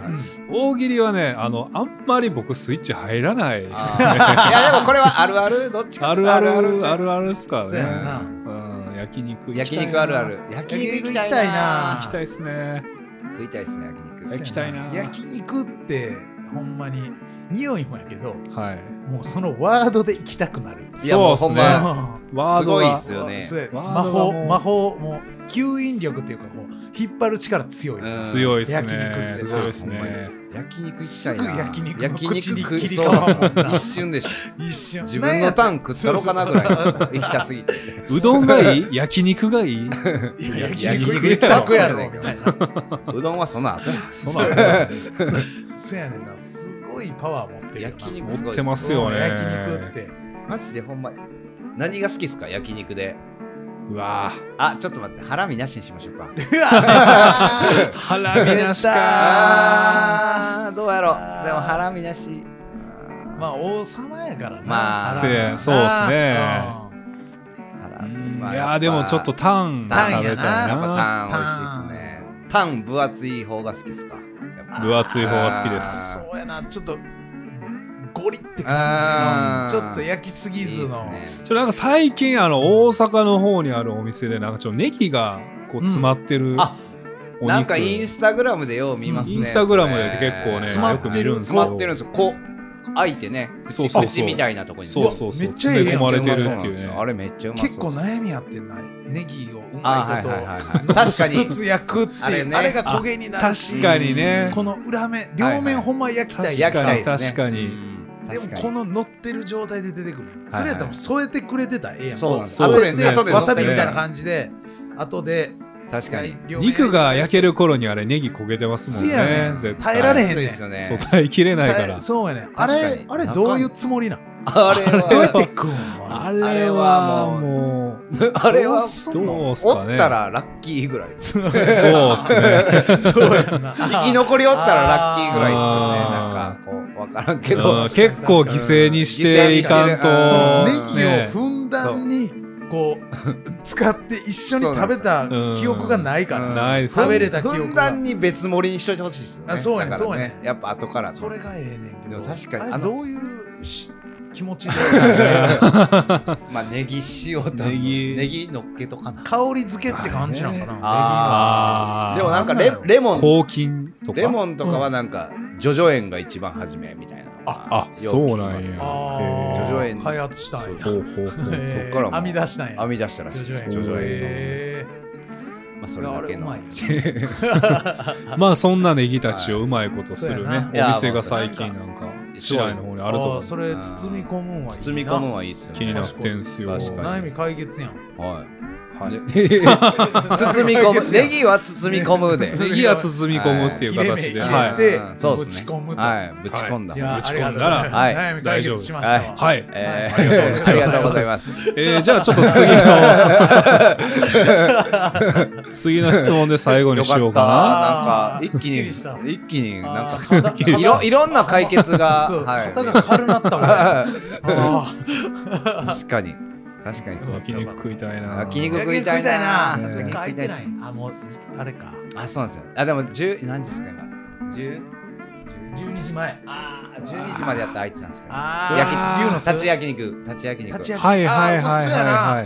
大喜利はね、あの、あんまり僕スイッチ入らないですね。
んいやでもこれはあるあるどっちか
あるある
あ
あ
る
るあるあるっすか
そうや
らね。
な
うん、焼肉行きたい
焼肉
な
あるあ。る焼肉行きたいな
行きたいっすね。
食いたいですね焼肉
行きたいな
焼肉ってほんまに匂いもやけど
はい。
もうそのワードで行きたくなる
いやも
そうう
ほん
っすね。
ま
ワード
すごいっ
が
すよね
そうや
ワ
魔
ードが
法
もう
魔法もう吸引力っていうかこう引っ張る力強い、
うん
強いっす
焼肉っ
ね。
す
す
ね
ごいっ
ほん
す
ま
ね
に。焼肉行きたいな
すぐ焼肉の口に
食い
切り替わるもんな
そう一瞬でしょ
一瞬
自分のタン食ったろかなぐらい行きたすぎて
うどんがいい焼肉がい
い
い
や
い
焼
や
肉
焼肉
一択やろ
や
みたいな
うどんはその後や
そうなんだ
そやねんなすごいパワー持ってるよな
焼肉
持
すごい
ってますよね。
焼肉って
マジでほんま何が好きですか焼肉で
うわぁ。
あちょっと待ってハラミなしにしましょうか
ハラミなしか。
あーどうやろう
あー
でもハラミなし
まあ王様やからな
まあ
腹がな
せやそうっすね
うん
ハラ
う
ミ
ん
まあ
い
やっ
や
ぱ
ーでもちょっとタンが食べたい
タ
やっぱ
な。
タン美味しいですねタン分厚い方が好きですかやっぱ
分厚い方が好きです。
あー
そうやなちょっとゴリって感
あー
じのちょっと焼きすぎずの
いいっすね
ちょなんか最近あの大阪の方にあるお店でなんかちょっとネギがこう詰まってる、
んあ
お肉
なんかインスタグラムでよう見ますね
インスタグラムで結構ね
そ
詰ま
れ
っ
よ
てる
く見るんです
詰
よ
まってるんですよこう開いてね
そう
口
そうそう
口みたいなとこに
そうそうそう
めっちゃいいやん
詰め込まれて
そう
る
なん
ってい
で
う
す
ね
よあれめっちゃうまそう
結構悩みやってんないネギをう
あ
ま
はいい
こ
は
と
いはい
を
はい確か
し
に
つつ焼くっていうあ
あ
れ,、
れね
が焦げになるし
確かにね
この裏面両面ほんま焼きたい
確
やん
焼きた
か
い
に
ですね
確かに
でもこの乗ってる状態で出てくるやん、それやったらもう添えてくれてたらええやん
そう
こ
そう
後
で
です
ね
後でわさび
そ
み
うですね
たいな感じで後で
確かに
両面
肉が焼ける頃にあれネギ焦げてますもん
せやね
ね
ん
絶対
耐えられへんねん
そうですよね
そう耐えきれないから
耐えそうやねあ
確か
れ
に
あれどういうつもり なん
あれ
どうやっ
は
て食うんあ
あ
あれ
れは
は
もう
あれは
どうす
お
か
っ
ね
たらラッキーぐらいです
そうっすね
そうやんな
生き残りおったらラッキーぐらいですよね
あ
な
ー
んかこう分からんけ
う
ど
ん結構犠牲にしていかん
犠牲にし
と
てるうん
そのネギを
ね
ふんだんにこう使って一緒に食べた記憶がないか
そう
ら
ないです
食べれた記
ふ
憶
んだ
が
んに別盛りにしといてほしいですよね
あそうやね
だから
そうやね
やっぱ後から
それがええねんけ
で
ど
も確か
あ
にあ
れ
の
どういうし気持ちで
まあネギ塩と
ネギ
ネギのっけとかな
香り付けって感じなんかな
あー
でもなんかレ
なんだろう
レモン
抗菌とか
レモンとかはなんか叙々苑が一番初めみたいな
あそうなんや
よく聞きますよ
あ
ー
あ
叙々苑
開発したんや
ほうほうほう
へー
そっからもう
編み出したんや
編み出したらしい
叙々苑
叙々苑
へ
まあそれだけの
あれうまい
まあそんなネギたちをうまいことする
はい
ね
そう
や
お
な
店が最近なんか市内の方に
ー
あると思
ー
う
それ包み込むんはいいな
包み込むはいいっすよね
気になってんすよ
確かに
悩み解決やん
はい、はい、包み込むネギは包み込むで
ネギは包み込むっていう形で
はい
は
入れ目入れ
い
てで
うんそうです
ぶち込むと
はいぶち込んだ、
いや
ぶち
あ
込ん
り
だら
がとうございます
はい
悩み解決しましたわ
はい
え
ありがとうございま
ー、
す
ありがとうございます。
えーじゃあちょっと次の次の質問で最後にしようか
なんか一
す
気
っき
に
りした
一気になん
あ
か
ー肩
いろいろんな解決が、
そう
はい、
肩が軽なったもんねあ
確かに確かにそ
な
う
焼肉食いたいな
焼肉
ー
食いたいな
焼肉食いたいな
焼肉食いたい
書いてない
で
あもうあれか
あそうなんですよあでも10何時ですか今10
12時前
あー12時までやったら空いてたんですけど焼
あ
き
ー
牛の立ち焼肉立ち焼肉
立ち焼
はいはいはい
あーそうやな
はいは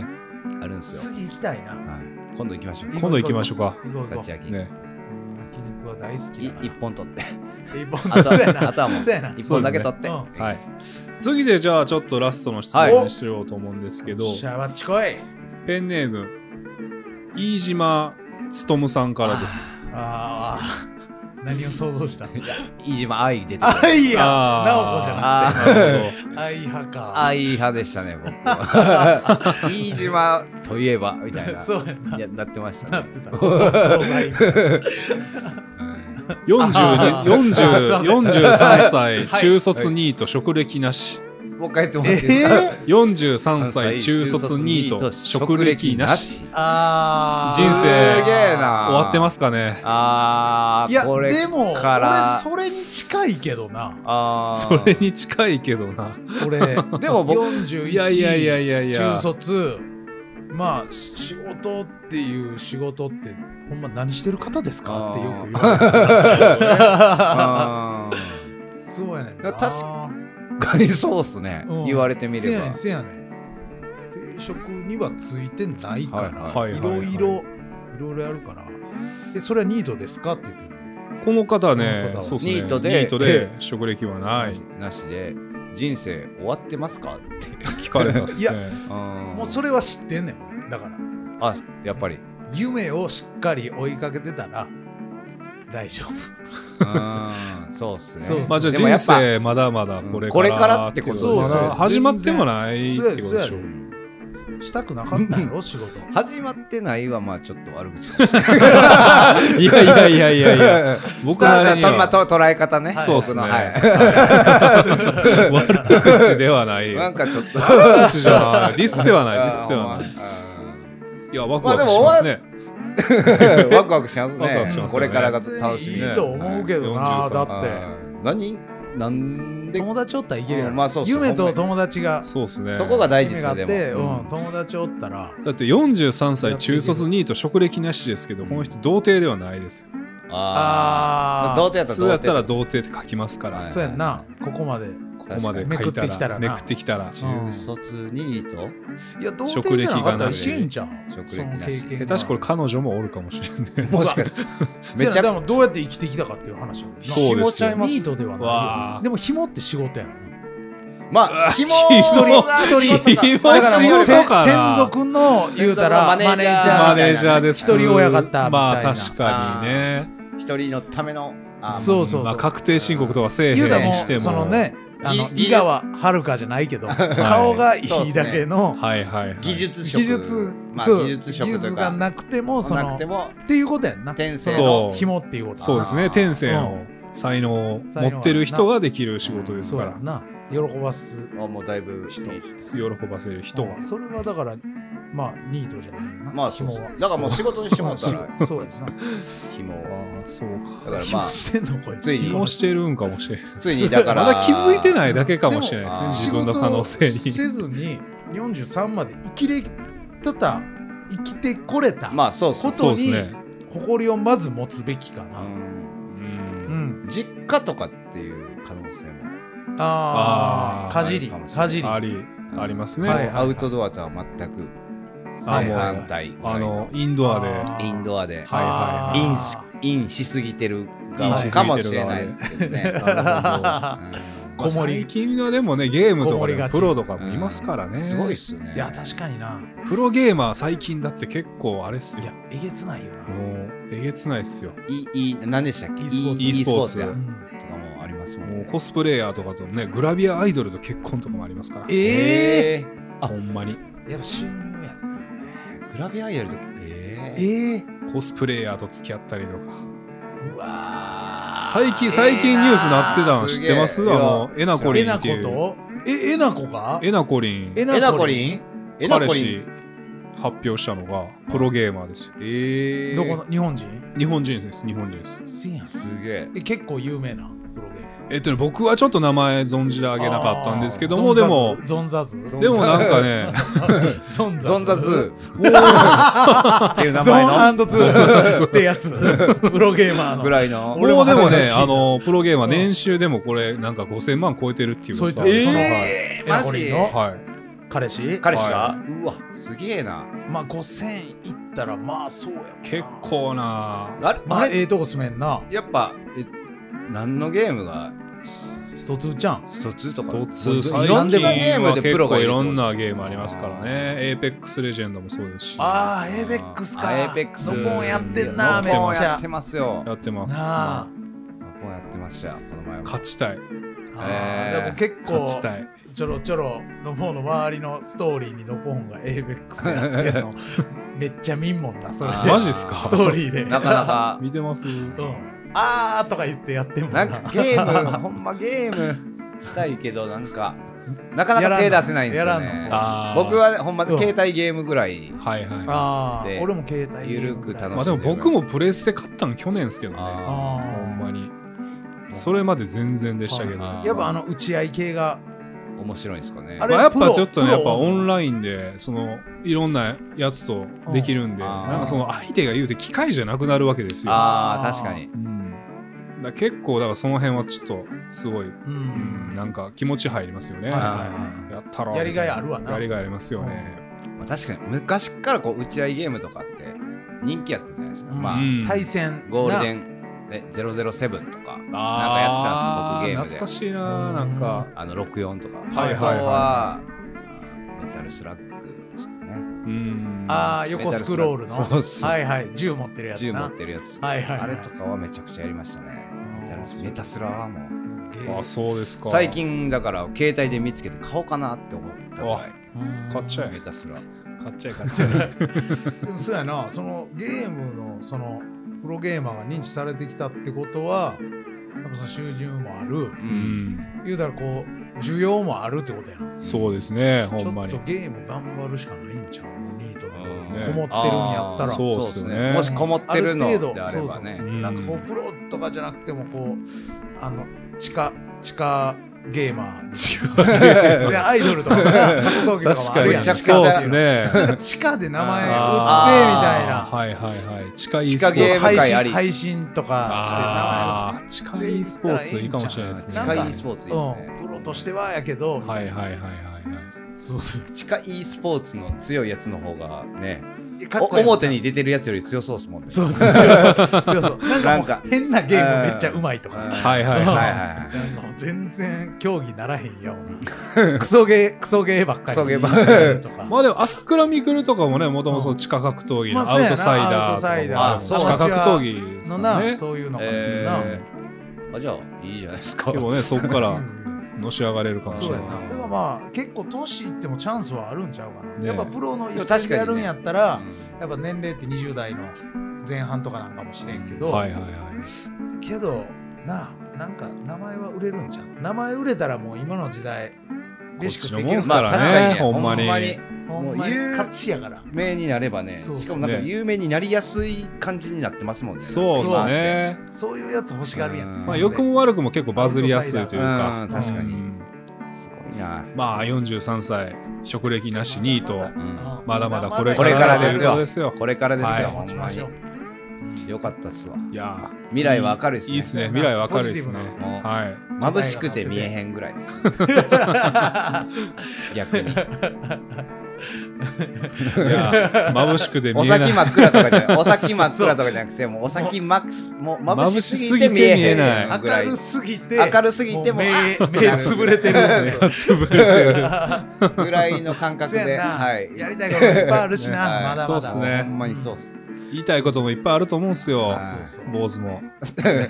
あるんですよ、
次行きたいな
はい、今度行きましょう
い今度行きましょうか
行こう行こ
立
う
ち焼き
ね
焼肉は大好き
い
だから
一本取って
一本
あと
そうやな
はあとはもう
そうやな
一本だけ取って、
そうで
はい次でじゃあちょっとラストの質問にしようと思うんですけど
シャワッチこい
ペンネーム飯島勉さんからです
ああ何を想像した
飯島愛出てきた
あいや直子じゃな
あ
あー
ーなる
くて
ほど
あい派か
愛派でしたね僕 は飯島といえばみたいな
そうやんない
やなってました
なっ
ね
てた東西ああ ーすいません
42 40 43歳
はい
中卒2位と職歴なし
もう一回やってもらっていいですか
えー
43歳中卒2位と職歴なし
あー
人生
すげえな
終わってますかね
あー
いや
これ
でも
から
俺それに近いけどな
あー
それに近いけどな
俺
でも僕
41
いやいやいやいやいや
中卒まあし仕事っていう仕事ってほんま何してる方ですかってよく言わ
あ
れるそうやねんな
確かーガリソースね、
うん
言われてみ
せ
れ
や
ば
ねんせやねん定職にはついてないか
は
ら
いはいい
ろい
は
ろいろいろやるからでそれはニートですかって言ってる
この方ね
この方は
そうですね
ニートで
ニートで職歴はない
なしで人生終わってますかって
聞かれたっす
いや
ね
もうそれは知ってんねん俺だから
あやっぱり
夢をしっかり追いかけてたら大丈夫
うんそうっすね
そうそう
まあじゃあ
でもや
人
っぱ
生まだまだこ
う
れから
んこれからってことです
よね
まだ始まってもないって
そうや
ことでし
そ
ょ
うやしたくなかったんや ろ仕事
始まってないはまあちょっと悪口かもしれない
いやいやいやいやい や僕
まあ
なりには
まあと捉え方ね。
そうっすね
僕のはい
悪口ではない
なんかちょっと。
悪口じゃないディス ではないディスではない
い。
いやワクワクしますね
ワクワクしますね。
ワクワクします
これ
よね
からが
別
楽しみ
にい
で
い
す。
と思うけど
は
ないだっ
は
て
い何なんで
友達おったらいけるや
うん
ろ
まあそうそう
夢と友達が
そうですね
そこが大事で
夢
す
があ
よ
っ
で
て
も。
うん友達おったら
だって43歳中卒2位と職歴なしですけどこの人童貞ではないですよ
ああ。
あ
どう
あ
やっ
普
た
通や
ら
った
ど
ら
う
童貞って書きますから
は
そうやんなここまで
ここまで書い
めくってきた
た
らな
らめくってきたら
うん
中卒にいいと
いや、どう貞じゃなかったらいけんじゃん。
職歴
その
なし
経験
下
が。
手しこれ彼女もおるかもしれんね
もしかして。
せ
めち
や
ゃ
で
く
もどうやって生きてきたかっていう話やもんな
そうですよ
ニートではないよ
わ
ね。
あ
でも紐って仕事やんな。
まあ、ひも
ひどい
一人
ひど
だからもう
い仕事
専
かな
属の言うたら
マ
マ
ネ
ネー
ージ
ジ
ャー
ャー
マネージャーです
一人親方みたいな
まあ確かにね
一人のためのあ
そう
ま
そう
ま
そ
あ、
う
確定申告とかせえへん
言うたらも
して
う
も
そのねあの
ぎ
井川遥じゃないけど
い
顔がいいだけの
はいはい、はい、
技術職
技術
まあ、
そう
技術職
技
と
術が
か
なくてもそ
なく
の
ても
っていうことやんな
天性
そ
の
の紐っていうこと
そうですね天性の才能を持ってる人ができる仕事です
そう
か
や
ら
んな喜ばす
あもうだいぶ人
喜ばせる人は
うんそれはだからまあニートじゃないよな
まあそうそう
紐は
だからもう仕事にしてもらったら
そうそうやんな
紐
あ
を
あそう
だか
か
らま
紐
あ
してんのこいつ
ついに
気もしてるんかもしれない
ついにだか
ま
ら
だ気づいてないだけかもしれないです
で
ね
も
自分の可能性に
仕事せずに43まで生きれてた生きてこれた、
まあそうそう
こ
そう
と
ですね
誇りをまず持つべきかな、
う
うん
ん
うん、
実家とかっていう可能性も
あ
あ
あ
ー
かじり
あるかもしれない
かじり
ありありますね、
はい
アウトドアとは全く
あ
正反対ぐら
あ
い
のインドアで
あー
インドアで
はいはいはい
あー
インしインしすぎてる
イ
側
ンしすぎ
か
てる側で
もしれないですけど ね。
な
うん
こもり
最近はでもねゲームと
こ
か
も
で
り
も
がち
プロとかもいますからね、
すごいっすよね。
いや確かにな
プロゲーマー最近だって結構あれっす
いや
よ
えげつないよな、
もうえげつないっすよ
いい、いい、何でしたっけ
e スポーツ
e スポーツ
e
や
う
と
スポー
ん
かもありますもん
もう
ね。
コスプレイヤーとかとねグラビアアイドルと結婚とかもありますから
ええ
えあ
ほんまに
やっぱ収入やでな
ー、グラビアやるとき、えー、
ええ
コスプレイヤーと付き合ったりとか
うわ
最近最近ニュースなってたの知ってます
すげえ
あのえなこ
え
りん
な
って
こ
いう
とええなこか
えなこりん
えなこ
ん
りんえな
彼
こりん
氏発表したのがプロゲーマーですよ
えー、
どこの日本人
日本人です日本人です
すやん
すげえ。
え結構有名なプロゲーム
えっとね僕はちょっと名前存じ上げなかったんですけどもでも
ゾンザズゾン
でも なんかね
ゾンザ
ズ
ズ っていう名前の
ゾンツーってやつプロゲーマーの
ぐらいの。
俺も
もうでも
初め
ね
て聞いた
あのプロゲーマー年収でもこれなんか5000万超えてるっていう
そいつ
さ
その
え
え
マ
ナ
ジ
コリンの
はい
彼氏
彼氏が、
は
うわ、すげえな。
まあ5000いったらまあそうやもんな
結構な
あれ、
ま
あ
あ
れ
ええとこ住めんな
やっぱ、え、何のゲームが
ストツーちゃん
一つとか
一つ
もう
最
いろんな
近
ゲーム
は
でプ
結
ロが
構
い
い
るって
ろ
こと
んなゲームありますからね。エーペックスレジェンドもそうですし、や
ああエイペックスか
あエイペックス
ノポンやってん
う
なんめっ
もう
ち
や
ゃ
ってますよ。
ってます。
なあ
もうやってましたよ、この前は。
勝ちたい、
あ
えー
ーでも結構
勝ちたい。
ちょろちょろノポンの周りのストーリーにノポンがエイベックスやってんのめっちゃ見んもんなそれ
あ
で
ー
マジっすか
ストーリーで
なかなか。
見てます。
うん、あーとか言ってやってんもん
な
なん
かゲーム、ほんまゲームしたいけど、なんか、なかなか手出せないんですよ
やらん
ね
の。
あー
僕はねほんま
うん
携帯ゲームぐらい。
はいはい。
あ
で
あ俺も携帯ゲーム
ゆるく楽しん
まあでも僕もプレステ買ったの去年ですけどね。
あ
あー
ほんまに。それまで全然でしたけど、
あー
やっぱあの打ち合い系が
ー面白いんですかね。
あ
ま
れ
あ、やっ
プ
ぱ
ロ
ちょっとね
プ
や
ロ
っぱオンラインでそのいろんなやつとできるんで
うんあー
なんかその相手が言うて機械じゃなくなるわけですよ。
ああ、確かに。
うん、だから結構だからその辺はちょっとすごい、
う
うん、
ん
なんか気持ち入りますよね。
はいはい
あ
やったろ
やりがいあるわな
やりがいありますよね。
ーまあ確かに、昔からこう打ち合いゲームとかって人気やったじゃないですか。
うん
ま
う
あ、
ん
対戦
ゴールデ
ン
ンえ007とか、
あ
なんかやってたんですよ僕ゲームで
懐かしいななんか、
あの64とか。
はいはいはい
あとは、メタルスラッグですかね。
うん、
ああ横スクロールの
メタルスラッ
は
グ
いはい銃持ってるやつ
銃持
な
ってるやつ。
はいはいはい
あれとかはめちゃくちゃやりましたね。メタルスメタスラはもう。
ゲーム
あそうですか
最近だから携帯で見つけて買おうかなって思ったぐら
うん
買っちゃえ
い。メタスラ。
買っちゃえ買っちゃ え
でもそうやなそのゲームのそのプロゲーマーが認知されてきたってことはやっぱその収入もある
う
う。ん
言うたらこう需要もあるってことやん
そうですねほ
ちょ
んま
っ
に
とゲーム頑張るしかないんちゃうもうニートでも
うん
ね
こもってるんやった
あー
ら
そうっすよね
もしこもってるの
ある程度
であれば
そう
ね。
ん
なんかこうプロとかじゃなくてもこうあの地下地下ゲーマー地 下アイドルとかが格闘技とか
確
もあ
か
る
に
やん
めちゃくちゃ
そうですね
なんか地下で名前売ってみたい
あー
な
はいはいはい近い
地下ゲーム
配
界あ
信
り
配信とか
あー近いスポーツいいかもしれないです
な
ス
ん
ね
か
カイスポーツ
し
いい
て名前
です
を、
ね
うん、プロとしてはやけど、
はいはいはいはいはい
そうそう
地下 e スポーツの強いやつの方がね
かっ
お
こいい
表に出てるやつより強そうですもんね
そうそう強そう強そうなんかも
なんか
う変なゲームめっちゃうまいと
うん
か
はいはい
はいはいはい
は
なんかもう全然競技ならへんようなクソゲークソゲーばっかり
クソゲーばっかり
ーとか
い。まあでも朝倉未来とかもね、もともと地下格闘技の
まあ
アウトサイダ
そうや
ーと
な
か
ア
も、
ウ
地
トサイダー
下格闘技です
の
から
な
ね。
そういうのが
え
な
ーあじゃあいいじゃないですか
結構ね、そこか
う
ら
ん
のし上がれるかもし
そう
れ
や
ない。
なだからまあ結構年いってもチャンスはあるんちゃうかな、
ね
やっぱプロの一
でも
戦で
確かにね
やるんやったら、
うん
やっぱ年齢って20代の前半とかなんかもしれんけど、
はいはいはい。
けどなあなんか名前は売れるんじゃん名前売れたらもう今の時代
こっ
飯
ち
食っ
の
てい
も
け
ん
る
す
ま
か
あ
まあ
ら
確かにね、
ねほんまに。
ほんまに
は
もう
もう言う
勝ちやから
名になればね
そうそう
しかもなんか
ね
有名になりやすい感じになってますもんね
そう
っ
ですす
う
ね。
そういうやつ欲しがるやん
うん
まあ良くも悪くも結構バズりやすいという
う
か
ん。確かに
うん
すごいな
まあ43歳、職歴なし2位と、
うん
まだまだこれ
これから
と
で
い
す
う
よ
ことですよ。
これからですよ、
はい
ほ
待ち
んま
ましょう
によかったっすわ
いや
未来は明るいっす
ー、
ね
いいですね。未来は明るいですね
ポジティ
ブな。
はい。
眩しくて見えへんぐら いです逆に
いや、眩しくて 見
お
えな
先
い。
真っ暗とかじゃないお先真っ暗とかじゃなくてもうお先マックスもう眩しすぎて見えへん
眩しすぎて見えな
ぐら
明
い
るすぎて
明るすぎても
う
あ
目目つぶれてる
潰れてる。
ぐらいの感覚
そう
で
やな、
はい
やりたいこといっぱいあるしな、
はい
まだまだ
そうっすね
ほんまにそうっす
言いたいこともいっぱいあると思うんすよ
はい。
そうそう
坊主も。
そうやね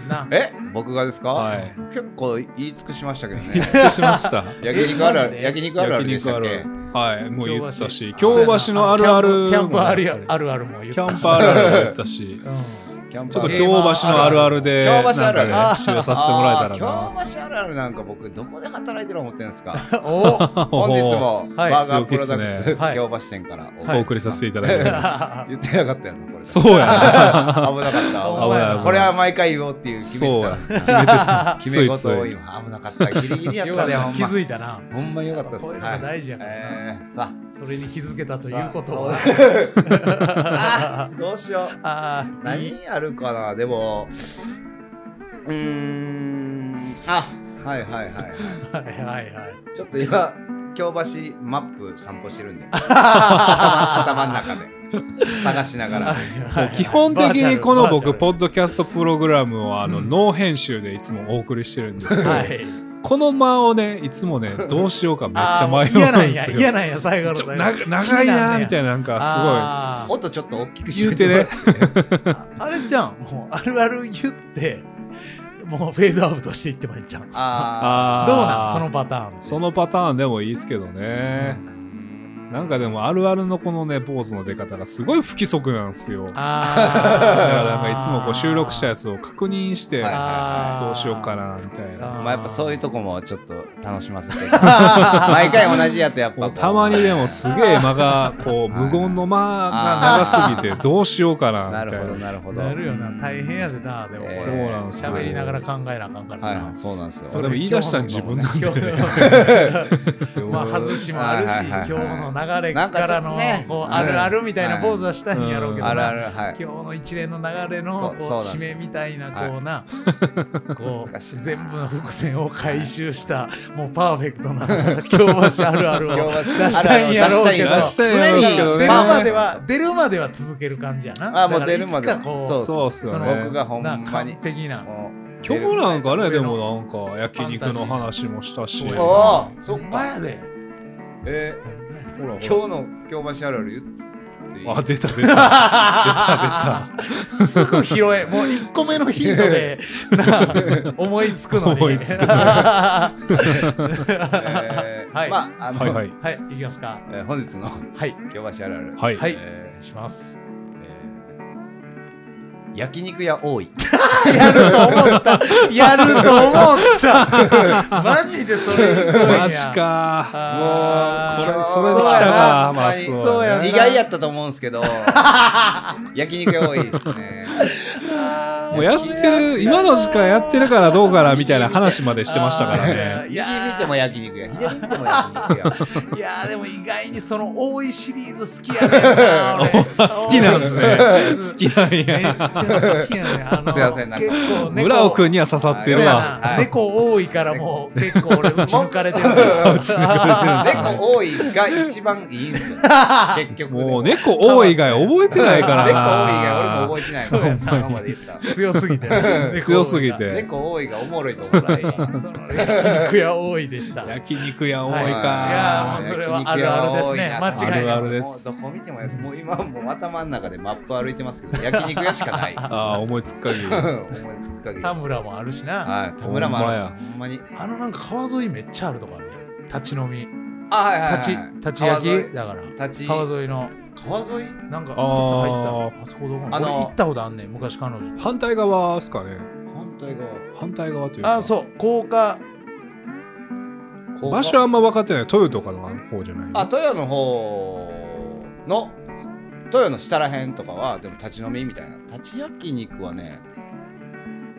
んな
え僕がですか、
はい
結構言い尽くしましたけど
言い
ね
尽くしました。
焼肉あるあ
マジ
る
で
焼肉あるあ
焼
るでし
肉
た
あ
っけ
るある。はい、もう言ったし、
そう
京
やな
橋のあるある。
キャンプある
や
やあるあるも言っ
キャ
た
ン
し
プあるあるも言った し。
うん
キャン
ちょっと京
日
橋のあるあるで、
京
なん
橋あるあ
か
る
ね、締めさせてもらえたら
あ
な。
ー京橋あるあるなんか僕どこで働いてる思ってるんですか
お
本日も
はい
バーガープロダク
強気っす
ツ
ねはい
京橋店から
お送りさせていただいております。
お
言ってなかったよなこれ
そう
危
やな。
なかった
お前
危ない
これは毎回言おうっていう決
そう
め
や
て。た 決
つ
め
いつ
事を
い。
今危なかったギリギリやっ
よ
た
かっ
でほ
た
ん
気
ま
づいたな
ほんまよかったっす
こういうのが大事やからな
はいえーさ
それに気づけた
あ
ということは
さああどうしよう
ああいい
何あるかなでもうーんあはいはいはいはい
はいはいはい
ちょっと今、京橋マップ散歩してるん で、頭の中で探しながら。
基本的にこの僕、ポ
ッ
ッドキャストプログラムをあの、ノー編集でいつもお送りしてる んですけど、
はい
この間をね、いつもね、どうしようかめっちゃ迷
嫌な
うんんで
や
すよ。
嫌なんや最後の
ちょ
最
な
後
長いなーみたいな、なんか
あー
音ちょっと大きく
すごい。言
て
うてね。
お あれじゃんもうあるある言ってもうフェードアウトしていってもいいじゃんどう
あ
あー
なんそのパターンって
そのパターンでもいいですけどね。なんかでもあるあるのこのね、ポーズの出方がすごい不規則なんですよ。だか
あ
らなんかいつもこう収録したや
つ
つを確認して、
はいあ
どうしようかなみたいな。
あ。まあやっぱそういうとこもちょっと楽しま せて。毎回同じやとやっ
も
ぱ
うたまにでも
す。
すげえ間が、こう、無言の間が長すぎてどうしようかな
な
み
る
たい
ほ
な
ど。なるほど。
なるよな大変やでなでも
えー
そうなんですよ。
喋りながら考えなあかんから
はいは、
ない
そうなんですよ。
それでも言い出したん自分なんで
今日のま あ外しもあるし、
はいはいはいはい
今日の流れからの、
なんかちょっとね
こうあるあるみたいなポーズはしたいんやろうけどな、
あるあるはい。
今日の一連の流れの
そ
こう
うそうなんです
締めみたいなこう な、こ
難しいうな
全部の伏線を回収した、もうパーフェクトな京橋あるあるを
京橋
出したいんやろうけど
出
したいんやろうけ
出
どね
るまでは出るまでは続ける感じやな
あもう出るまで
だからいつかこう
そうっすよね。
僕がほんま
な
に。
完璧な
もう
今日なんかね、
出
で
る
もなんか焼肉の話もしたし。
ファンタジー
ほ
おーそ
お
っか。
前で
えー
らほら
今日の京橋あるある言っていい
あ、出た出た。出 た
すぐ拾えもう1個目のヒント でな思いつくのに
思いつくの に
は
えー
はい
まああ
出
の、
た。はいはい。
いいきますか
えー本日の
はい
京橋あるある、
はい。
はいお
え
願いします
ーえー焼肉屋 多い
やると思ったやると思 ったマジでそれ行くんや
マジか
あー
これそれで来たかまあそうや
そうや
な
な
そうやな
意外やったと思うんですけど焼肉屋多いですね
ー。もうやってる今の時間やってるからどうからみたいな話までしてましたからね
いや右見ても焼肉や左見ても焼肉や
いやーでも意外にその多いシリーズ好きやねんな俺
好きなんすね好きなん
めっち
や
ゃ好きやねんあの
すいませんなんか
結構猫
村尾君には刺さって
そう
る
や
わ
な
はい
猫多いからもう結構俺打ち抜かれてる
打ち抜かれてるんすね
猫多いが一番いいんです よ結局ね
もう猫多い以外覚えてないから
猫多いが俺も
な
覚えてない
そうやな
今まで言った
強すぎて
強すぎ
猫
て
猫多いがおもろいと思
多
う
いからその焼肉屋多いでしたい
焼肉屋多い
はい
や
か
ーもうそれはあるあるですね間
焼肉屋
違いない
多いな
あるあるです
もうどこ見てもやもう今はもう頭の中でマップ歩いてます けど焼肉屋しかない
ああ思いつく限り
思いつく限り
田村もあるしな
はい田村もあるしほ
ほ
んまに
あのなんか川沿いめっちゃあるとこあるね立ち飲み
あはいはい
立ち
はい
立ち焼
川沿
き
い
だから
立ち
川沿いの
川沿い
なんかスッと入った
あー
あそこどこな
あ
の
の
俺行ったことあんねん昔彼女
反対側ですかね
反対側
反対側というか
あそう高架
ここ
場所はあんま分かってない豊とかの方じゃない
あ豊の方の豊の下らへんとかはでも立ち飲みみたいな立ち焼肉はね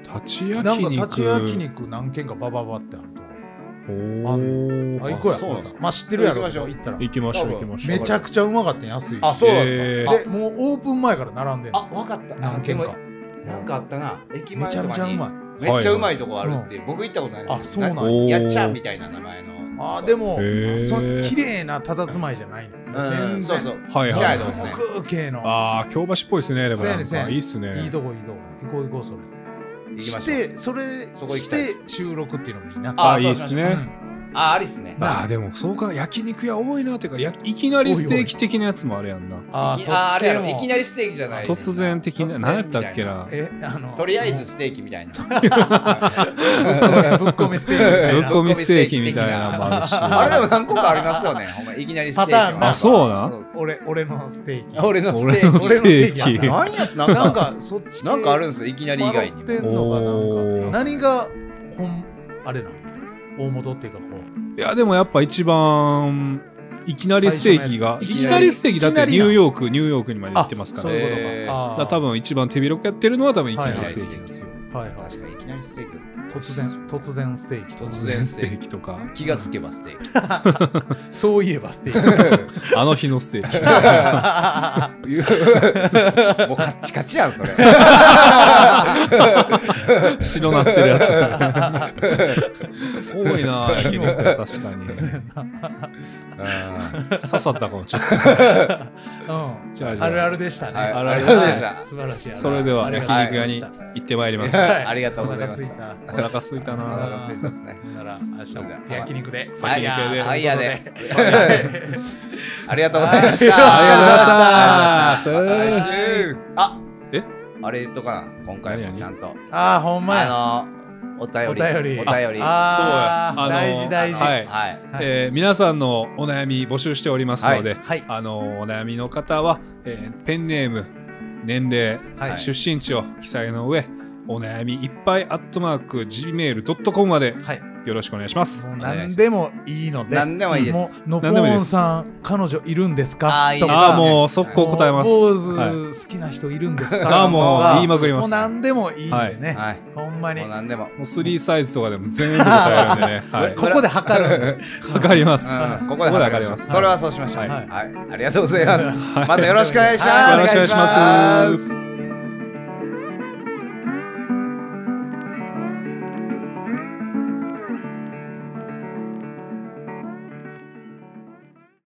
立ち
な
焼
んか
肉
立ち焼き肉何軒かバババってあるとこ
お
あ
ー
あ行こうや
そうなんだ
まあ知ってるやろ
行きましょう
行ったら
行きましょう
多分
行きましょう
めちゃくちゃうまかったん安いし
あそうなんですか、
えー
あ
でもうオープン前から並んでんの
あ、わかった。
何軒
あ
か
でもなんかあったな。駅
め
前
ちゃ
とかに
めちゃうまい
めっちゃうまいとこあるって、僕行ったことないですよ
あそうなんや
かやっちゃ
おー
んみたいな名前の。
あーで
も、
も
へー
その綺麗な佇まいじゃないの
う
全
ん、そうそ
然
う。
はい
じゃ
は
あ
い
どうぞ
空系の
ああ京橋っぽいですねでもなん
そうや
か
ね
いいっすね
いいとこいいとこ行こう行こうそれ
行きま
し
しょう。
てそれ
そこ行
し
きた
て
い
収録っていうのもいいな
あ
あいいっす
う
ね
ん
あ、ありっすね。
ああでもそうか焼肉屋多いなっていうかやいきなりステーキ的なやつもあれやんな
あー
い
そ
あ
っ
あ
ち
れや
系
ろ
も
いきなりステーキじゃない。
突然的な何やったっけな
えあの
とりあえずステーキみたいな。
ぶっこめステーキみたい
ぶっ
な
こみステーキみたいなのもあるし
あれでも何個かありますよね。ほんまいきなりステーキ。
パターンなあ
そうなん
う
俺俺のステーキ
俺のス
俺
テー
の
キ。
ステーキ
俺の
何やったなん
なん
か、
かそっち系
なんかあるんですよ。いきなり以外にも
笑っ。てんのか
お
な
ー
んか何が本あれなの大元っていうかこう
いやでもやっぱ一番いきなりステーキがい
最初
き
のやつ
なりステーキだっ
いきな
て
り
ニューヨークニューヨークにまで行ってますか
そう
ら
ね
ね
いうこと
え
か
だ
あ
か
ー
ら多分一番手広くやってるのは多分いきなりステーキなんですよ
はいはい
確かにいきなりステーキ。
突然突然ステーキ
突
突
然
然
ス
ス
テ
テ
ー
ー
キ。
キとか
気がつけばステーキ。
そういえばステーキ
あの日のステ ーキ
いう もうカッチカチやん それ
白なってるやつ多いな焼肉屋確かに
は
刺さったかもちょっと
うん
じゃあじゃあ
あるあるでしたね
い
あらら
りがとうございまし
素晴らしい
それでは
ありが
焼
とうございま
肉屋に
した
行ってまいります
たありがとうございま
お
し
腹
た
すい
お腹すいた
お
な
腹すいたですね
たなら明日も
はい
焼肉でフ
は
ァ
い
イヤー
はいやで
というこ
ありがとうございました
ありがとうございました
ありがとうございました
それ
来週あ
え
あれ言っとかな今回もちゃんと
とでああほんまや
あのお便
お
り
便り
お便りは
あ
そうや
ー
あの
大事大事
はい
いはい
えー皆さんのお悩み募集しておりますので、
はい
あのお悩みの方は、えーペンネーム年齢、
はい
出身地を記載の上お悩みいっぱいアットマーク gmail.com まで
はい
よろしくお願いします。
もう何でもいいので
何でもいいです
もうのぽ
何でもいい
ー
で
ン
す
さん彼女いるんです
あ
か
ーいい
と
ね
か
ああもう速攻答えます。
坊
はい
主好きな人いるんです
あ
か
あもう
とか
言いまくりま
も
す
う何でもいいんでね、
はい
ほんまに
もう何でも
もう3サイズとかでも全部答えるんでね。 はい、
ここで測るんで
わかります。
うんここで
こ
分
こで分
か
か
り
り
ま
ますす
それはそうしましょう
は
はいいありがとうございますまたよろしくお願いし
よ
ま
ろし
す
くお願いします。